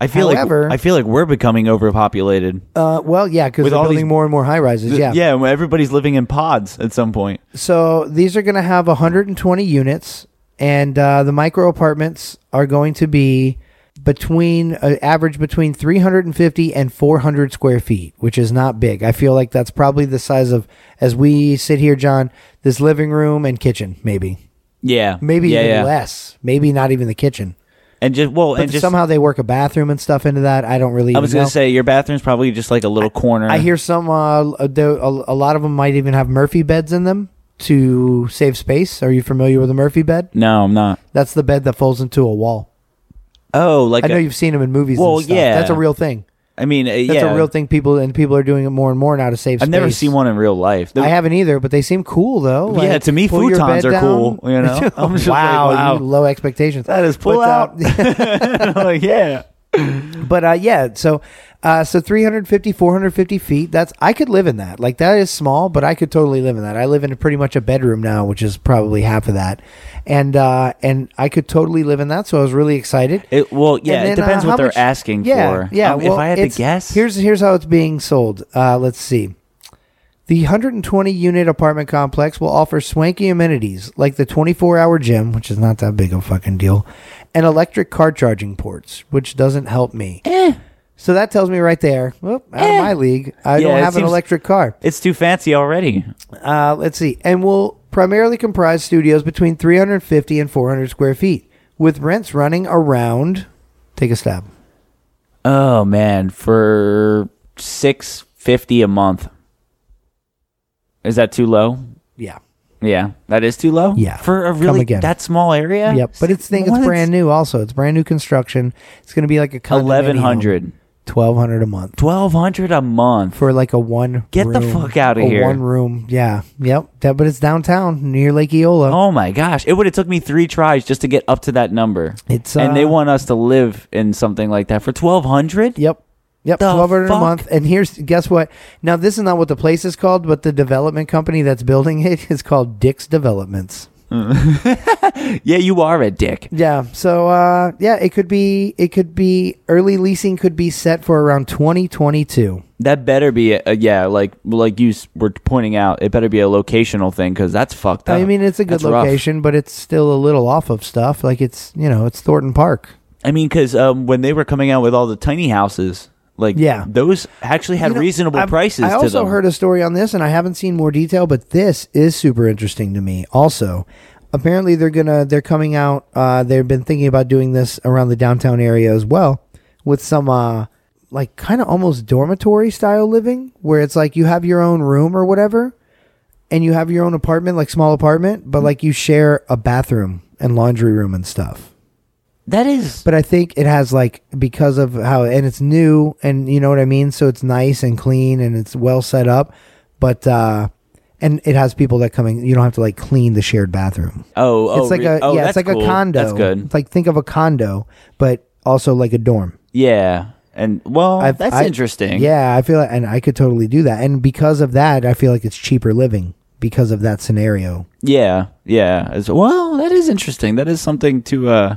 C: I feel
D: however-
C: like I feel like we're becoming overpopulated.
D: Uh, well, yeah, because
C: With
D: they're
C: all
D: building
C: these-
D: more and more high rises. Uh, Yeah,
C: yeah. well, Everybody's living in pods at some point.
D: So these are going to have 120 units, and uh, the micro apartments are going to be between uh, average between 350 and 400 square feet, which is not big. I feel like that's probably the size of as we sit here, John, this living room and kitchen, maybe,
C: Yeah,
D: maybe
C: yeah,
D: even
C: yeah.
D: less, maybe not even the kitchen.
C: and just well,
D: But
C: and just
D: somehow they work a bathroom and stuff into that. I don't really.
C: I was
D: even
C: gonna
D: know.
C: say your bathroom's probably just like a little corner.
D: I hear some. Uh, a, do- a a lot of them might even have Murphy beds in them to save space. Are you familiar with a Murphy bed?
C: No, I'm not.
D: That's the bed that folds into a wall.
C: Oh, like
D: I know
C: a-
D: you've seen them in movies.
C: Well,
D: and stuff.
C: yeah.
D: that's a real thing.
C: I mean, uh,
D: That's
C: yeah,
D: a real thing. People and people are doing it more and more now to save.
C: I've never
D: space.
C: seen one in real life.
D: I haven't either, but they seem cool though.
C: Yeah, to me,
D: pull your
C: futons
D: bed
C: are cool, you know? I'm just like,
D: wow,
C: wow.
D: you- low expectations.
C: That is pull
D: But, uh,
C: out.
D: Oh,
C: like, yeah.
D: but uh, yeah, so uh, so 350, 450 feet. That's I could live in that. Like that is small, but I could totally live in that. I live in pretty much a bedroom now, which is probably half of that, and uh, and I could totally live in that. So I was really excited.
C: It, well, yeah,
D: And
C: it
D: then, uh,
C: depends
D: how
C: what they're
D: much-
C: asking
D: yeah,
C: for.
D: Yeah,
C: Um,
D: well,
C: if I had to
D: it's-
C: guess,
D: here's here's how it's being sold. Uh, let's see. The 120 unit apartment complex will offer swanky amenities like the 24 hour gym, which is not that big a fucking deal, and electric car charging ports, which doesn't help me.
C: Eh.
D: So that tells me right there, whoop, out of my league. I
C: Yeah,
D: don't
C: it
D: have an
C: seems-
D: electric car.
C: it's too fancy already.
D: Uh, let's see, and will primarily comprise studios between 350 and 400 square feet, with rents running around. Take a stab.
C: Oh man, for six fifty a month, is that too low?
D: Yeah.
C: Yeah, that is too low.
D: Yeah.
C: for a
D: Come
C: really
D: again.
C: that small area.
D: Yep, but it's thing it's brand new. Also, it's brand new construction. It's going to be like a
C: Eleven hundred.
D: twelve hundred a month
C: Twelve hundred a month.
D: for like a one.
C: Get the
D: room-
C: fuck outta
D: a
C: here.
D: One room, yeah, yep. That, but it's downtown near Lake Eola.
C: Oh my gosh! It would have took me three tries just to get up to that number.
D: It's,
C: and they
D: uh,
C: want us to live in something like that for twelve hundred.
D: Yep, yep.
C: The
D: Twelve hundred a
C: fuck?
D: month. And here's guess what? Now this is not what the place is called, but the development company that's building it is called Dick's Developments.
C: Yeah, you are a dick.
D: Yeah. So uh, yeah, it could be it could be early leasing could be set for around twenty twenty two.
C: That better be a, yeah, like like you s- were pointing out. It better be a locational thing because that's fucked up.
D: I mean, it's a good
C: Oh, That's rough.
D: location, but it's still a little off of stuff. Like it's you know it's Thornton Park.
C: I mean, because um, when they were coming out with all the tiny houses, like
D: Yeah.
C: those actually had
D: You know,
C: reasonable
D: I've-
C: prices.
D: I
C: to
D: also
C: them.
D: heard a story on this, and I haven't seen more detail, but this is super interesting to me. Also, apparently they're gonna they're coming out. Uh, they've been thinking about doing this around the downtown area as well, with some uh, like kind of almost dormitory style living, where it's like you have your own room or whatever, and you have your own
C: Mm-hmm.
D: apartment, like small apartment, but like you share a bathroom and laundry room and stuff.
C: That is
D: But I think it has like because of how and it's new and you know what I mean, so it's nice and clean and it's well set up. But uh and it has people that coming. You don't have to like clean the shared bathroom.
C: oh oh
D: it's like
C: re-
D: a
C: oh,
D: yeah, it's
C: that's
D: like
C: cool.
D: a condo.
C: That's good.
D: It's like think of a condo, but also like a dorm.
C: Yeah, and well,
D: I've-
C: Oh, that's
D: I-
C: interesting.
D: Yeah, I feel like, and I could totally do that. And because of that, I feel like it's cheaper living because of that scenario.
C: Yeah, yeah. As, well, that is interesting. That is something to. uh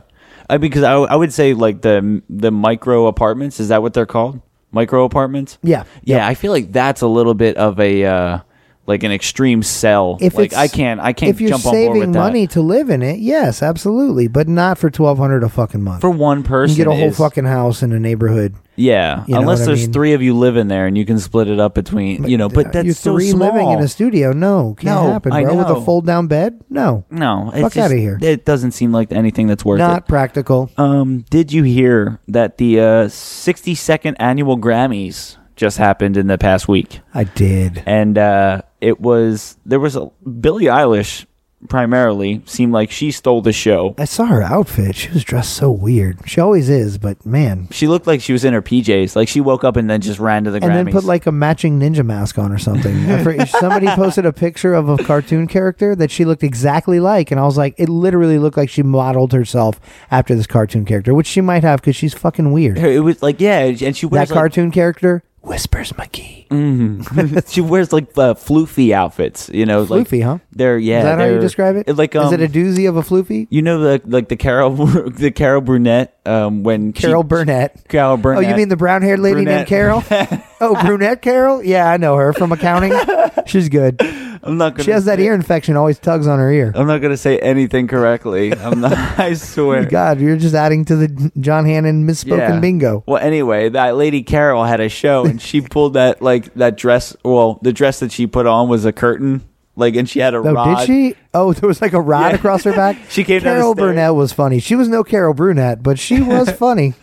C: I because I, I would say like the the micro apartments. Is that what they're called? Micro apartments.
D: Yeah.
C: Yeah, I feel like that's a little bit of a uh like an extreme sell.
D: If
C: like
D: it's-
C: I can't I can't
D: if you're
C: jump on board
D: saving
C: with that.
D: money to live in it, yes, absolutely, but not for twelve hundred a fucking month.
C: for one person.
D: you can get a whole
C: is-
D: fucking house in a neighborhood.
C: yeah.
D: you know
C: Unless
D: what I
C: there's
D: mean? uh,
C: three of you live in there and you can split it up between you know. But that's
D: you're
C: so
D: three
C: small.
D: living in a studio. No, can't
C: No,
D: happen,
C: I
D: bro. With
C: know.
D: a fold down bed, no,
C: no, it's
D: Fuck
C: just-
D: outta here.
C: It doesn't seem like anything that's worth it.
D: not practical.
C: Um, did you hear that the uh, 62nd annual Grammys just happened in the past week?
D: I did.
C: And uh, it was there was a Billie Eilish primarily seemed like she stole the show.
D: I saw her outfit. She was dressed so weird. She always is, but man.
C: She looked like she was in her PJs. Like she woke up and then just ran to the
D: And
C: Grammys.
D: then put like a matching ninja mask on or something. I forget- Somebody posted a picture of a cartoon character that she looked exactly like, and I was like, it literally looked like she modeled herself after this cartoon character, which she might have because she's fucking weird.
C: it was like yeah, and she wears
D: That
C: like, Mm,
D: cartoon character whispers McGee.
C: she wears like uh, floofy outfits. You know, like,
D: Floofy, huh?
C: They're yeah.
D: Is that how you
C: they're-
D: describe it?
C: Like um,
D: is it a doozy of a floofy?
C: you know the like the Carol the Carol Burnett um when she-
D: Carol Burnett.
C: Carol Burnett.
D: Oh, you mean the brown haired lady
C: Brunette.
D: named Carol? oh, brunette Carol? Yeah, I know her from accounting. She's good.
C: I'm not gonna
D: She has that
C: say-
D: ear infection, always tugs on her ear.
C: I'm not gonna say anything correctly. I'm not. I swear.
D: God, you're just adding to the John Hannon misspoken
C: Yeah.
D: bingo.
C: Well, anyway, that lady Carol had a show, and she pulled that like that dress. Well, the dress that she put on was a curtain, like, and she had a
D: Oh,
C: rod.
D: did she? Oh, there was like a rod
C: Yeah.
D: across her back.
C: She came down the
D: Carol
C: stairs.
D: Burnett was funny. She was no Carol Brunette, but she was funny.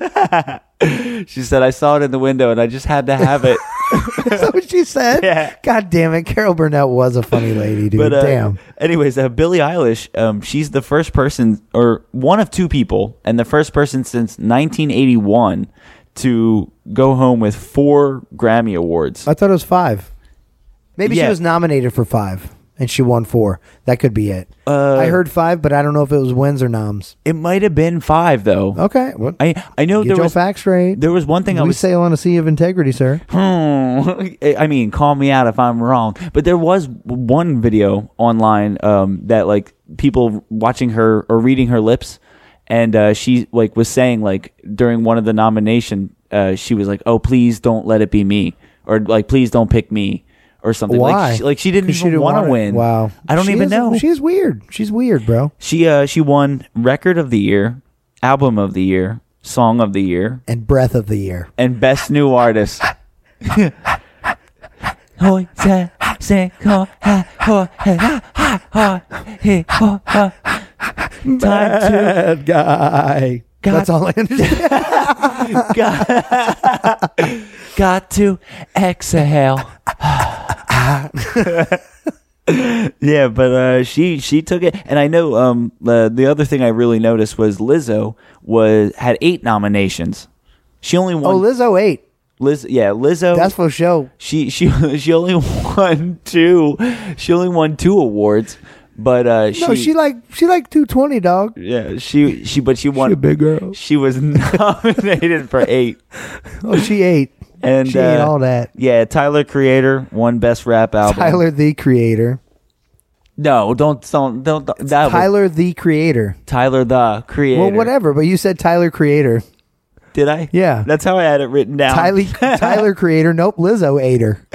C: She said, "I saw it in the window, and I just had to have it."
D: That's what she said.
C: Yeah.
D: God damn it, Carol Burnett was a funny lady, dude.
C: but uh,
D: damn.
C: anyways, uh, Billie Eilish, um, she's the first person, or one of two people, and the first person since 1981 to go home with four Grammy awards.
D: I thought it was five. Maybe
C: Yeah.
D: she was nominated for five and she won four. That could be it.
C: Uh,
D: I heard five, but I don't know if it was wins or noms.
C: It might have been five, though.
D: Okay. Well,
C: I I know
D: get
C: there
D: your
C: was
D: facts straight.
C: there was one thing I
D: we
C: was
D: sail on a sea of integrity, sir.
C: Hmm. I mean, call me out if I'm wrong, but there was one video online um, that like people watching her or reading her lips, and uh, she like was saying like during one of the nomination, uh, she was like, "Oh, please don't let it be me," or like, "Please don't pick me," or something.
D: Why?
C: Like she, like she didn't
D: 'Cause
C: even want
D: want
C: to
D: it.
C: win.
D: Wow.
C: I don't
D: She
C: even
D: is-
C: know.
D: She's weird. She's weird, bro.
C: She uh she won record of the year, album of the year, song of the year,
D: And breath of the year.
C: and best new artist. Hoi, te, se, ko, ha, ho, he, ha, ha, ho, he, ho, ha. Time to
D: Bad guy.
C: God.
D: That's all I understand.
C: got, got to exhale. yeah, but uh, she she took it, and I know um, uh, the other thing I really noticed was Lizzo was had eight nominations. She only won
D: oh, Lizzo eight.
C: Liz, yeah, Lizzo.
D: That's for show.
C: she she she only won two. She only won two awards, but uh, she,
D: No, she like she like two twenty, dog.
C: yeah she she but she won.
D: a big girl.
C: She was nominated for eight,
D: Oh, she ate.
C: and
D: She ate
C: uh,
D: all that.
C: Yeah, Tyler Creator won best rap album.
D: Tyler the creator.
C: no, don't don't don't. don't- that was-
D: Tyler the creator.
C: Tyler the Creator.
D: Well, whatever. But you said Tyler creator.
C: Did I?
D: Yeah.
C: that's how I had it written down.
D: Tyler Tyler creator. Nope. Lizzo ate her.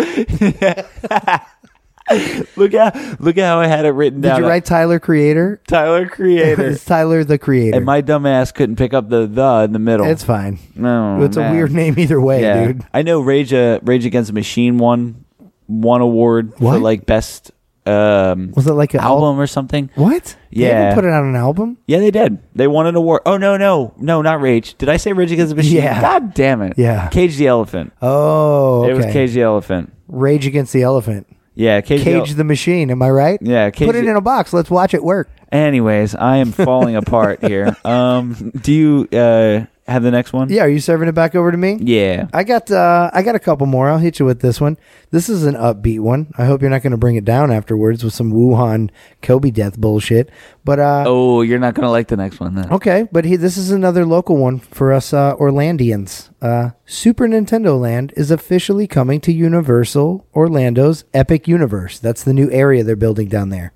C: look at look at how I had it written
D: Did
C: down.
D: you write Tyler creator?
C: Tyler Creator?
D: It's Tyler the creator.
C: and my dumb ass couldn't pick up the the in the middle.
D: it's fine.
C: no,
D: it's
C: Oh, man.
D: a weird name either way, dude.
C: I know Rage uh, Rage Against the Machine won one award for
D: What?
C: like best um
D: Was it like an
C: album or something.
D: What? They haven't
C: Yeah.
D: put it on an album.
C: Yeah, they did. They won an award. Oh no, no, no, not Rage. Did I say Rage Against the Machine?
D: Yeah.
C: God damn it.
D: Yeah.
C: Cage the Elephant.
D: Oh, okay.
C: It was Cage the Elephant.
D: Rage Against the Elephant.
C: Yeah, Cage. the-
D: Cage the machine. Am I right?
C: Yeah, Cage
D: Put it
C: the-
D: in a box. Let's watch it work.
C: Anyways, I am falling apart here. Um, do you uh, have the next one?
D: Yeah. Are you serving it back over to me?
C: Yeah.
D: I got uh, I got a couple more. I'll hit you with this one. This is an upbeat one. I hope you're not going to bring it down afterwards with some Wuhan Kobe death bullshit. But uh,
C: Oh, you're not gonna like the next one then.
D: okay, but he, this is another local one for us uh, Orlandians. Uh, Super Nintendo Land is officially coming to Universal Orlando's Epic Universe. That's the new area they're building down there.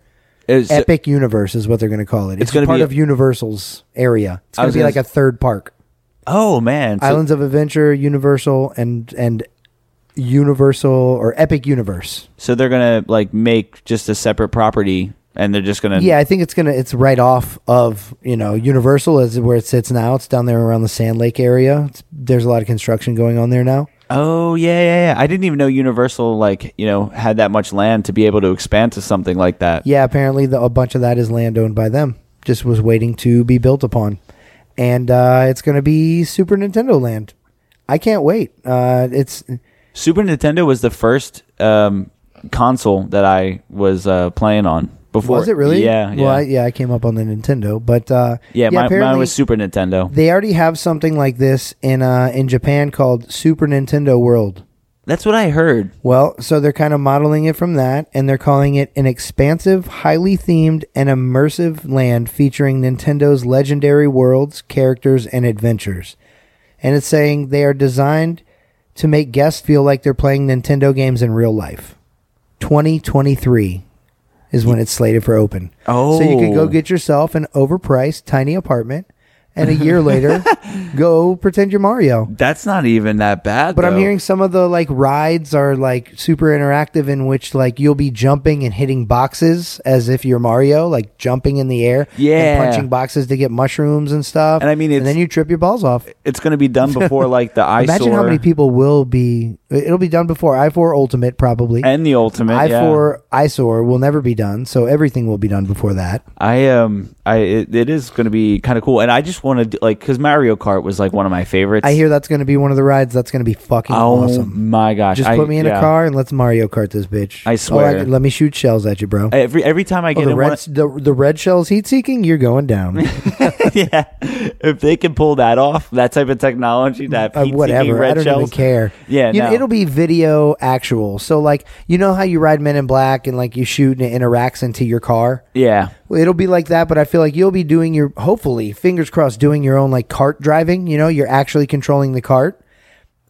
C: It's-
D: Epic Universe is what they're going to call it. It's,
C: gonna
D: part
C: be-
D: of Universal's area. It's
C: I
D: going
C: was
D: to be
C: gonna
D: like a
C: s-
D: third park.
C: Oh man. So-
D: Islands of Adventure, Universal, and and Universal or Epic Universe.
C: So they're gonna like make just a separate property, and they're just gonna
D: Yeah, I think it's gonna it's right off of you know Universal is where it sits now. It's down there around the Sand Lake area. It's, there's a lot of construction going on there now.
C: Oh yeah, yeah, yeah. I didn't even know Universal like you know had that much land to be able to expand to something like that.
D: Yeah, apparently the, a bunch of that is land owned by them. Just was waiting to be built upon, and uh, it's gonna be Super Nintendo Land. I can't wait. Uh, it's
C: Super Nintendo was the first um, console that I was uh, playing on before.
D: was it really?
C: Yeah, yeah,
D: Well, I, yeah, I came up on the Nintendo, but uh,
C: yeah. my- mine
D: apparently-
C: was Super Nintendo.
D: They already have something like this in uh, in Japan called Super Nintendo World.
C: That's what I heard.
D: Well, so they're kind of modeling it from that, and they're calling it an expansive, highly themed, and immersive land featuring Nintendo's legendary worlds, characters, and adventures. And it's saying they are designed to make guests feel like they're playing Nintendo games in real life. 2023 is when it's slated for open. So you can
C: Oh.
D: go get yourself an overpriced tiny apartment, and a year later, go pretend you're Mario.
C: That's not even that bad.
D: But I'm
C: though.
D: hearing some of the like rides are like super interactive in which like you'll be jumping and hitting boxes as if you're Mario, like jumping in the air,
C: Yeah.
D: and punching boxes to get mushrooms and stuff.
C: And I mean,
D: and
C: it's-
D: then you trip your balls off.
C: it's going to be done before like the eyesore
D: Imagine how many people will be. It'll be done before i4 Ultimate probably.
C: and the ultimate. yeah.
D: i4 Isor will never be done, so everything will be done before that.
C: I um I it, it is going to be kind of cool, and I just want to like because Mario Kart was like one of my favorites.
D: I hear that's going to be one of the rides. That's going to be fucking
C: Oh
D: awesome.
C: my gosh!
D: Just
C: I-
D: put me in
C: yeah.
D: a car and let's Mario Kart this bitch.
C: I
D: Oh,
C: swear.
D: let me shoot shells at you, bro.
C: Every every time I
D: Oh,
C: get
D: the
C: in
D: red,
C: one,
D: the, the red shell's heat seeking, you're going down.
C: yeah. If they can pull that off, that type of technology, that
D: Uh,
C: PTV
D: whatever.
C: red
D: I don't even
C: shells,
D: care.
C: Yeah,
D: You know,
C: no.
D: it'll be video actual. So, like, you know how you ride Men in Black and, like, you shoot and it interacts into your car?
C: Yeah,
D: Well, It'll be like that, but I feel like you'll be doing your, hopefully, fingers crossed, doing your own, like, cart driving. You know, you're actually controlling the cart.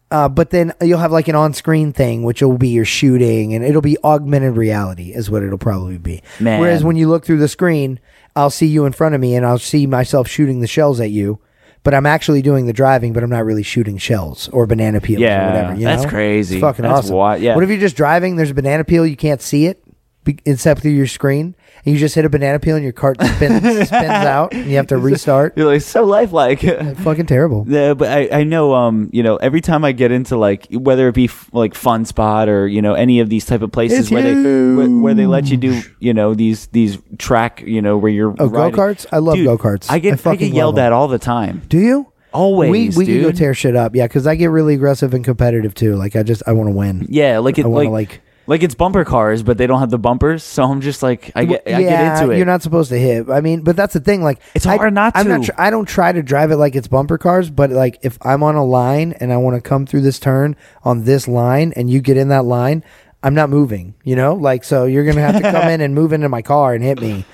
D: Uh, but then you'll have like an on-screen thing, which will be your shooting, and it'll be augmented reality, is what it'll probably be.
C: Man.
D: Whereas when you look through the screen, I'll see you in front of me, and I'll see myself shooting the shells at you, but I'm actually doing the driving, but I'm not really shooting shells or banana peels
C: Yeah,
D: or whatever. You
C: that's
D: know?
C: crazy.
D: It's fucking
C: That's
D: awesome.
C: wi- yeah.
D: What if you're just driving? There's a banana peel, you can't see it. be- Except through your screen, and you just hit a banana peel, and your cart spins, spins out, and you have to restart.
C: you're like so lifelike.
D: Fucking terrible.
C: Yeah, but I, I know um you know every time I get into like whether it be f- like Fun Spot or you know any of these type of places
D: It's
C: where they where, where they let you do you know these these track you know where you're
D: Oh, go-karts? I love
C: Dude,
D: go-karts.
C: I
D: I
C: get I,
D: fucking
C: get
D: love
C: yelled
D: them.
C: at all the time.
D: Do you?
C: Always,
D: We, we can go
C: dude.
D: tear shit up. Yeah, because I get really aggressive and competitive too. Like I just I want to win.
C: Yeah, like it
D: I
C: like,
D: wanna,
C: like
D: like-
C: it's bumper cars, but they don't have the bumpers, so I'm just like I get I get into it.
D: You're not supposed to hit. I mean, but that's the thing. Like
C: It's
D: I,
C: hard not
D: I'm
C: to.
D: Not tr- I don't try to drive it like it's bumper cars, but like if I'm on a line and I want to come through this turn on this line, and you get in that line, I'm not moving. You know, like so you're gonna have to come in and move into my car and hit me,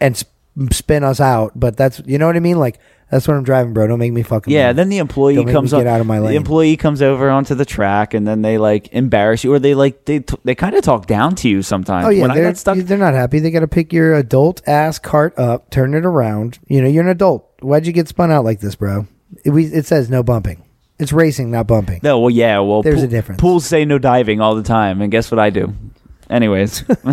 D: and sp- spin us out. But that's you know what I mean. Like that's what I'm driving, bro. Don't make me fucking
C: Yeah,
D: move.
C: then the employee
D: Don't make me
C: comes
D: get
C: o-
D: out of my
C: The
D: lane.
C: employee comes over onto the track, and then they like embarrass you, or they like they t- they kind of talk down to you sometimes.
D: Oh yeah,
C: when I
D: they're,
C: got stuck,
D: they're not happy. They got to pick your adult ass cart up, turn it around. You know, you're an adult. Why'd you get spun out like this, bro? It, we, it says no bumping. It's racing, not bumping.
C: no, well, yeah, well,
D: There's
C: pool-
D: a difference.
C: Pools say no diving all the time, and guess what I do? Anyways,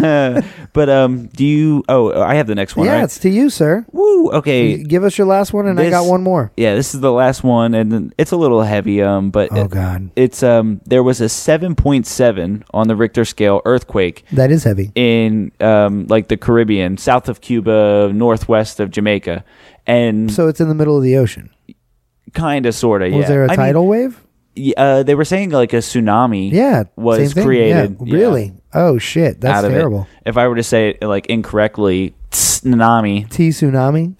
C: but um, do you? Oh, I have the next one.
D: yeah,
C: right?
D: it's to you, sir.
C: woo. Okay,
D: Give us your last one, and I
C: this-
D: got one more.
C: Yeah, this is the last one, and then it's a little heavy. Um, but
D: Oh
C: it-
D: God,
C: it's um, there was a seven point seven on the Richter scale earthquake
D: that is heavy.
C: in um, like the Caribbean, south of Cuba, northwest of Jamaica, and
D: So it's in the middle of the ocean.
C: kind of, sort of.
D: Was
C: yeah.
D: there a
C: I mean,
D: tidal wave?
C: y- uh, they were saying like a tsunami.
D: Yeah,
C: was
D: same thing.
C: created.
D: Yeah,
C: yeah.
D: Really? Oh shit, that's
C: out of
D: terrible.
C: it. If I were to say it like incorrectly, tsunami.
D: T tsunami.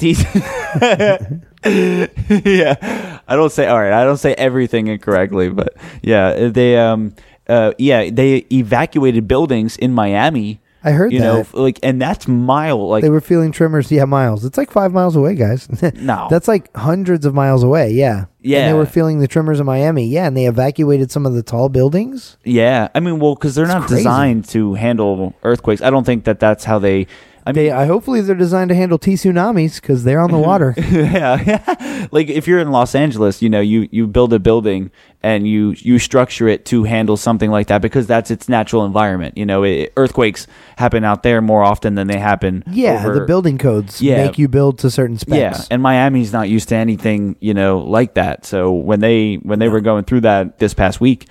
C: yeah, I don't say all right. I don't say everything incorrectly, but yeah, they um uh yeah they evacuated buildings in Miami.
D: I heard
C: you know
D: that.
C: f- like and that's mile like
D: They were feeling tremors. Yeah, miles. It's like five miles away, guys.
C: No.
D: that's like hundreds of miles away. Yeah, And
C: Yeah.
D: they were feeling the tremors in Miami. Yeah, and they evacuated some of the tall buildings.
C: yeah. I mean, well, because they're not
D: crazy.
C: designed to handle earthquakes. I don't think that that's how they. I mean,
D: They, I hopefully they're designed to handle T tsunamis because they're on the water.
C: yeah. like if you're in Los Angeles, you know, you you build a building and you you structure it to handle something like that because that's its natural environment. You know, it, earthquakes happen out there more often than they happen.
D: yeah,
C: over-
D: the building codes
C: Yeah.
D: make you build to certain specs.
C: Yeah, and Miami's not used to anything you know like that. So when they when they were going through that this past week,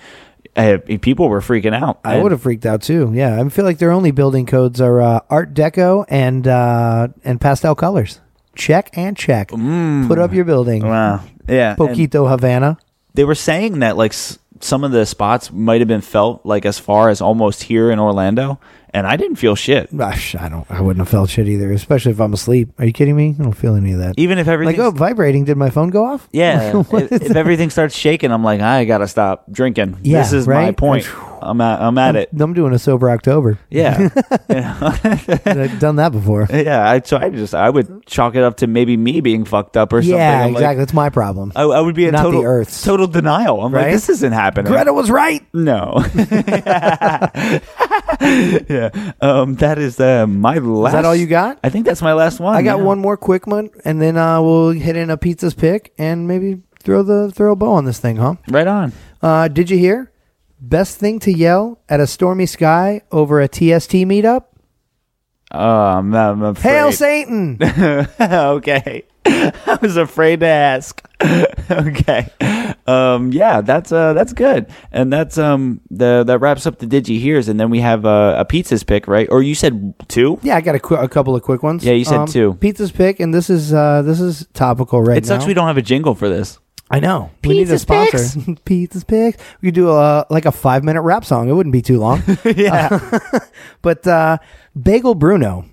C: uh, people were freaking out.
D: I
C: And-
D: would have freaked out too. Yeah, I feel like their only building codes are uh, Art Deco and uh, and pastel colors. Check and check. Put up your building.
C: Mm. Wow. Yeah. and-
D: Poquito Havana.
C: they were saying that like s- some of the spots might have been felt like as far as almost here in Orlando, and I didn't feel shit.
D: Gosh, I don't. I wouldn't have felt shit either, especially if I'm asleep. Are you kidding me? I don't feel any of that.
C: Even if
D: like,
C: everything's
D: oh, vibrating. Did my phone go off?
C: yeah,
D: What
C: if,
D: is
C: if everything starts shaking, I'm like, I gotta stop drinking.
D: Yeah,
C: this is my
D: right?
C: point. I'm at, I'm at it.
D: that? I'm doing a sober October.
C: Yeah,
D: I've done that before.
C: yeah. I, so I just I would chalk it up to maybe me being fucked up or something.
D: yeah,
C: I'm like-
D: exactly. That's my problem.
C: I, I would be in
D: Not the
C: total
D: Earth's.
C: total denial. I'm like,
D: Right?
C: this isn't happening.
D: Greta was right.
C: No. yeah. Um, that is uh, my last.
D: all you got?
C: I think that's my last one.
D: I got
C: yeah.
D: one more quick one, and then uh, we'll hit in a pizza's pick and maybe throw the throw a bow on this thing, huh?
C: Right on.
D: Uh, did you hear? Best thing to yell at a stormy sky over a TST meetup?
C: Um, I'm afraid.
D: Hail Satan!
C: okay. I was afraid to ask. okay. Um, yeah, that's uh, that's good, and that's um, the that wraps up the digi hears, and then we have uh, a pizzas pick, right? Or you said two?
D: yeah, I got a, qu- a couple of quick ones. Um,
C: Yeah, you said two.
D: Pizza's pick, and this is uh, this is topical right
C: It
D: now.
C: sucks we don't have a jingle for this.
D: I know. we need a
C: Pizza's
D: sponsor. Pizza's picks. We could do a like a five minute rap song. It wouldn't be too long. Uh,
C: yeah.
D: But uh, Bagel Bruno,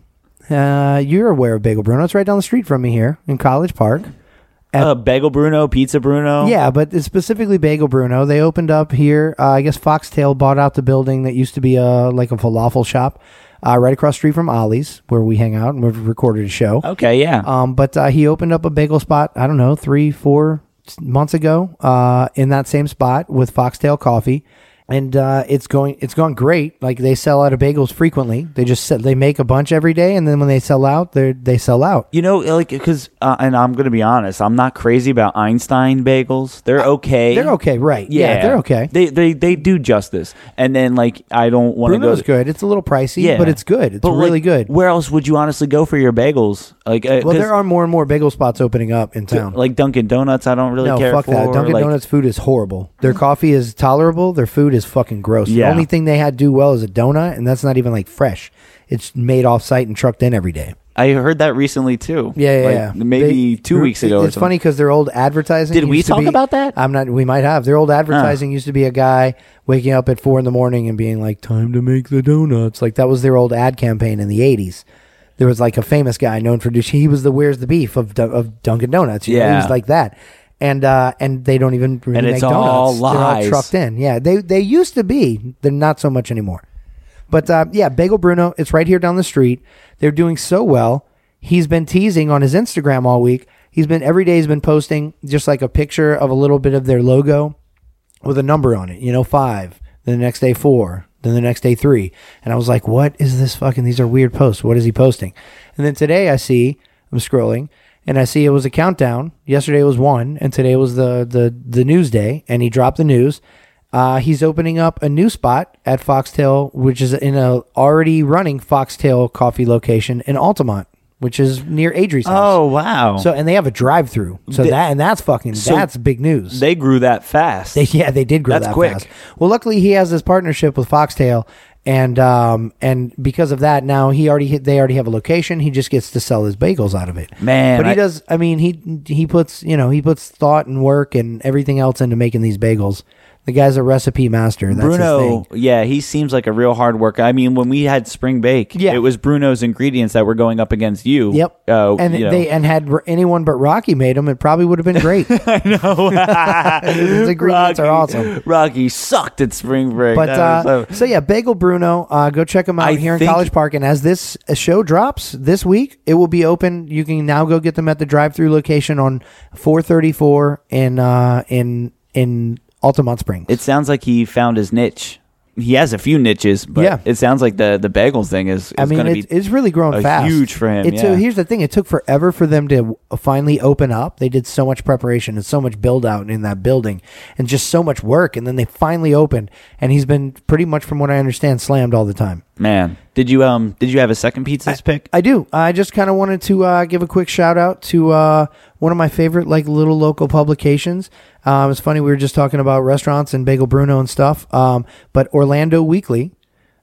D: uh, you're aware of Bagel Bruno. It's right down the street from me here in College Park.
C: uh, Bagel Bruno, Pizza Bruno.
D: Yeah, but it's specifically Bagel Bruno. They opened up here. Uh, I guess Foxtail bought out the building that used to be a like a falafel shop uh, right across the street from Ollie's, where we hang out and we've recorded a show.
C: Okay. Yeah.
D: Um, but uh, he opened up a bagel spot, I don't know, three, four s- months ago uh, in that same spot with Foxtail Coffee. And uh, it's going, it's gone great. Like they sell out of bagels frequently. They just sell, they make a bunch every day, and then when they sell out, they they sell out.
C: You know, like, because, uh, and I'm going to be honest, I'm not crazy about Einstein bagels. They're okay.
D: Uh, They're okay, right? Yeah, they're okay.
C: They, they they do justice. And then, like, I don't want to go.
D: Bruno's good. It's a little pricey,
C: Yeah.
D: but it's good. It's
C: But, like,
D: really good.
C: Where else would you honestly go for your bagels? Like, uh,
D: Well,
C: 'cause,
D: there are more and more bagel spots opening up in town.
C: like Dunkin' Donuts, I don't really
D: no,
C: care
D: fuck
C: for.
D: that. Dunkin'
C: like-
D: Donuts food is horrible. Their coffee is tolerable. Their food is fucking gross.
C: Yeah.
D: The only thing they had do well is a donut, and that's not even like fresh. It's made off site and trucked in every day.
C: I heard that recently, too.
D: Yeah, yeah,
C: Like,
D: yeah.
C: Maybe
D: They-
C: two weeks ago or
D: It's
C: something.
D: funny because their old advertising.
C: Did we
D: used to
C: talk
D: be-
C: about that?
D: I'm not. We might have. Their old advertising used to be a guy waking up at four in the morning and being like, "Time to make the donuts." Like that was their old ad campaign in the '80s. There was like a famous guy known for he was the "Where's the beef" of Dun- of Dunkin' Donuts. you know?
C: Yeah.
D: he was like that. And uh, and they don't even really
C: And
D: make
C: it's
D: donuts.
C: all lies.
D: They're all trucked in. Yeah, they they used to be. They're not so much anymore. But uh, yeah, Bagel Bruno, it's right here down the street. They're doing so well. He's been teasing on his Instagram all week. He's been every day. He's been posting just like a picture of a little bit of their logo with a number on it. You know, five. Then the next day, four. Then the next day, three. And I was like, what is this fucking? These are weird posts. What is he posting? And then today, I see I'm scrolling and I see it was a countdown. Yesterday was one, and today was the the the news day. And he dropped the news. Uh, he's opening up a new spot at Foxtail, which is in a already running Foxtail coffee location in Altamont, which is near Adri's house.
C: Oh, wow.
D: so and they have a drive-through. So that and that's fucking that's big news.
C: they grew that fast.
D: They- yeah, they did grow
C: That's
D: that
C: quick.
D: fast. Well, luckily he has this partnership with Foxtail, and um, and because of that, now he already hit, they already have a location. He just gets to sell his bagels out of it.
C: Man,
D: but he
C: I-
D: does. I mean, he he puts you know he puts thought and work and everything else into making these bagels. The guy's a recipe master. That's his
C: Bruno,
D: thing.
C: yeah, he seems like a real hard worker. I mean, when we had spring bake,
D: Yeah.
C: it was Bruno's ingredients that were going up against you.
D: Yep.
C: Uh,
D: and
C: you know.
D: they and had r- anyone but Rocky made him, it probably would have been great. I know. His ingredients are awesome.
C: Rocky sucked at spring break.
D: But
C: That
D: uh,
C: was so-
D: so. yeah, Bagel Bruno, uh, go check him out
C: I
D: here in
C: think-
D: College Park. And as this uh, show drops this week, it will be open. You can now go get them at the drive-through location on 434 in uh, in in Altamont Springs.
C: it sounds like he found his niche. He has a few niches, but
D: Yeah.
C: it sounds like the the bagels thing is, is
D: I mean,
C: going to
D: it's,
C: be
D: it's really grown
C: a
D: fast.
C: huge for him,
D: It
C: yeah.
D: took, here's the thing: it took forever for them to w- finally open up. They did so much preparation and so much build out in that building, and just so much work. And then they finally opened, and he's been pretty much, from what I understand, slammed all the time.
C: man. Did you um did you have a second pizza's pick?
D: I do. I just kind of wanted to uh, give a quick shout out to uh, one of my favorite like little local publications. Um, it's funny we were just talking about restaurants and Bagel Bruno and stuff, um, but Orlando Weekly.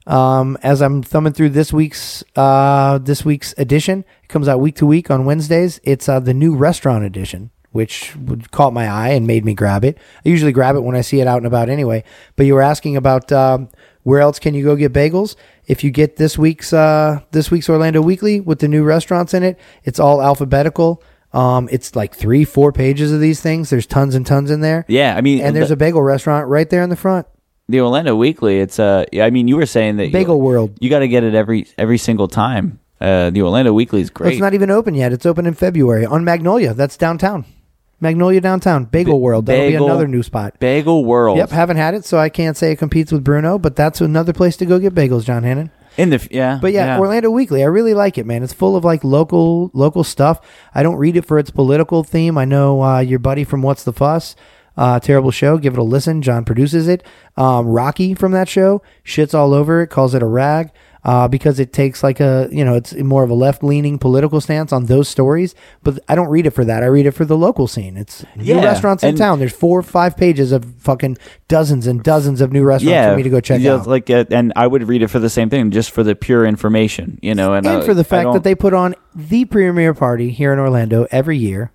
D: Um, as I'm thumbing through this week's uh, this week's edition, it comes out week to week on Wednesdays. It's uh, the new restaurant edition, which would caught my eye and made me grab it. I usually grab it when I see it out and about anyway. But you were asking about um, where else can you go get bagels? If you get this week's uh, this week's Orlando Weekly with the new restaurants in it, it's all alphabetical. Um, it's like three, four pages of these things. There's tons and tons in there.
C: Yeah, I mean,
D: and there's
C: the-
D: a bagel restaurant right there in the front.
C: The Orlando Weekly. It's uh, yeah, I mean, you were saying that you-
D: Bagel World.
C: You got to get it every every single time. Uh, the Orlando Weekly is
D: Well,
C: great.
D: It's not even open yet. It's open in February on Magnolia. That's downtown. Magnolia downtown. Bagel World. That'll
C: Bagel-
D: be another new spot.
C: Bagel World.
D: Yep, haven't had it, so I can't say it competes with Bruno, but that's another place to go get bagels, John Hannon.
C: In the f- yeah,
D: But yeah, Orlando Weekly, I really like it, man. It's full of like local local stuff. I don't read it for its political theme. I know uh, your buddy from What's the Fuss, uh, terrible show. Give it a listen. John produces it. Um, Rocky from that show shits all over it, calls it a rag. Uh, because it takes like a you know it's more of a left leaning political stance on those stories, but I don't read it for that. I read it for the local scene. It's new
C: Yeah,
D: restaurants in
C: and-
D: town. There's four or five pages of fucking dozens and dozens of new restaurants
C: Yeah,
D: for me to go check
C: yeah,
D: out.
C: Like, uh, and I would read it for the same thing, just for the pure information, you know, and,
D: and
C: I-
D: for the
C: I
D: fact
C: don't-
D: that they put on the premier party here in Orlando every year,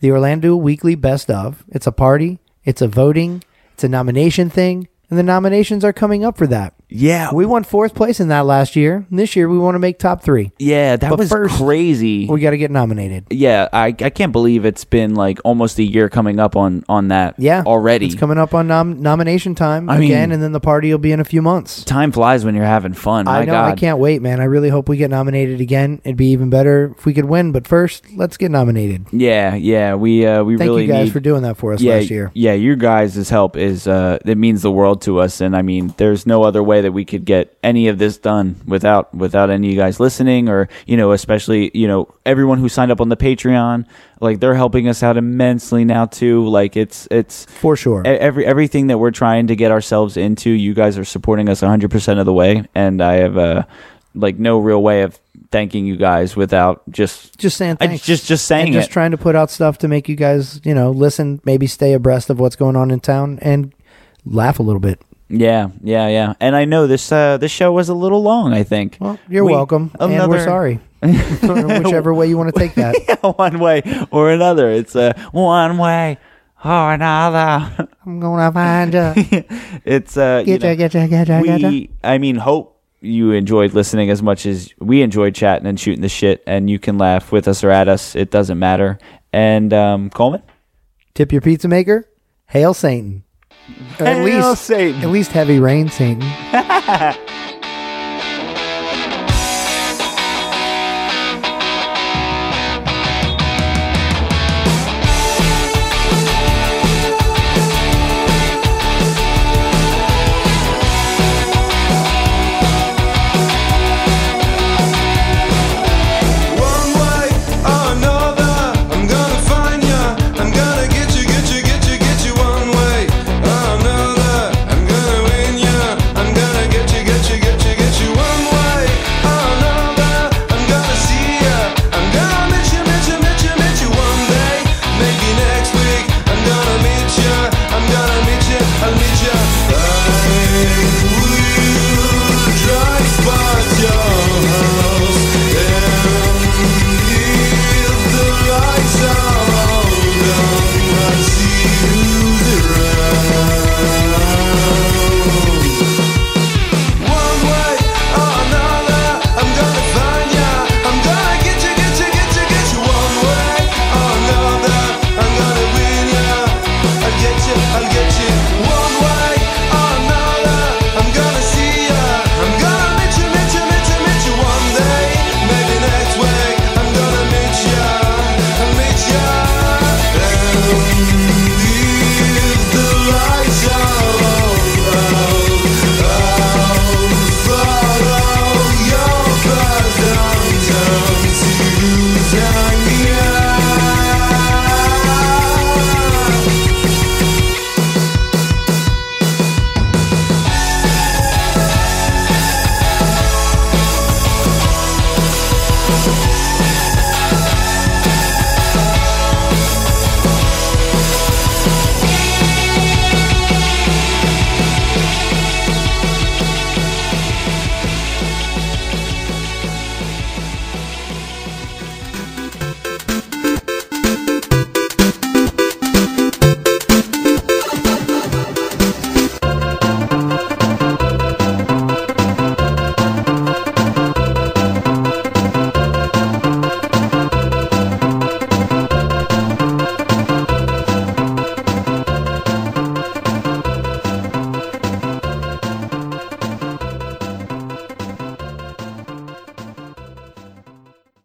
D: the Orlando Weekly Best of. It's a party, it's a voting, it's a nomination thing, and the nominations are coming up for that.
C: yeah,
D: We won fourth place in that last year. And this year, we want to make top three.
C: yeah, that
D: but
C: was
D: first-
C: crazy.
D: We got to get nominated.
C: yeah, I, I can't believe it's been like almost a year coming up on on that.
D: Yeah,
C: already.
D: it's coming up on nom- nomination time
C: I mean-
D: again, and then the party will be in a few months.
C: Time flies when you're having fun. My
D: I know.
C: God.
D: I can't wait, man. I really hope we get nominated again. It'd be even better if we could win. But first, let's get nominated.
C: Yeah, yeah. We uh, we
D: Thank
C: really
D: you guys
C: need,
D: for doing that for us
C: yeah,
D: last year.
C: Yeah, your guys' help is uh it means the world to us and I mean there's no other way that we could get any of this done without without any of you guys listening or you know, especially, you know, everyone who signed up on the Patreon, like they're helping us out immensely now too. Like it's it's
D: For sure.
C: e- every everything that we're trying to get ourselves into, you guys are supporting us 100% of the way and I have uh like no real way of thanking you guys without just
D: just saying
C: I
D: thanks.
C: just- just saying
D: and just
C: it.
D: trying to put out stuff to make you guys, you know, listen, maybe stay abreast of what's going on in town and laugh a little bit.
C: Yeah, yeah, yeah. And I know this uh this show was a little long, I think.
D: Well, you're
C: We-
D: welcome, and
C: another-
D: we're sorry. Whichever way you want to take that.
C: one way or another. It's a one way or another.
D: I'm gonna find you.
C: It's uh you
D: Get ya,
C: know,
D: get ya, get ya, get ya.
C: we, I mean hope you enjoyed listening as much as we enjoyed chatting and shooting the shit and you can laugh with us or at us. It doesn't matter. And um Coleman?
D: Tip your pizza maker. Hail Satan. Or
C: Hail Satan.
D: At least heavy rain Satan.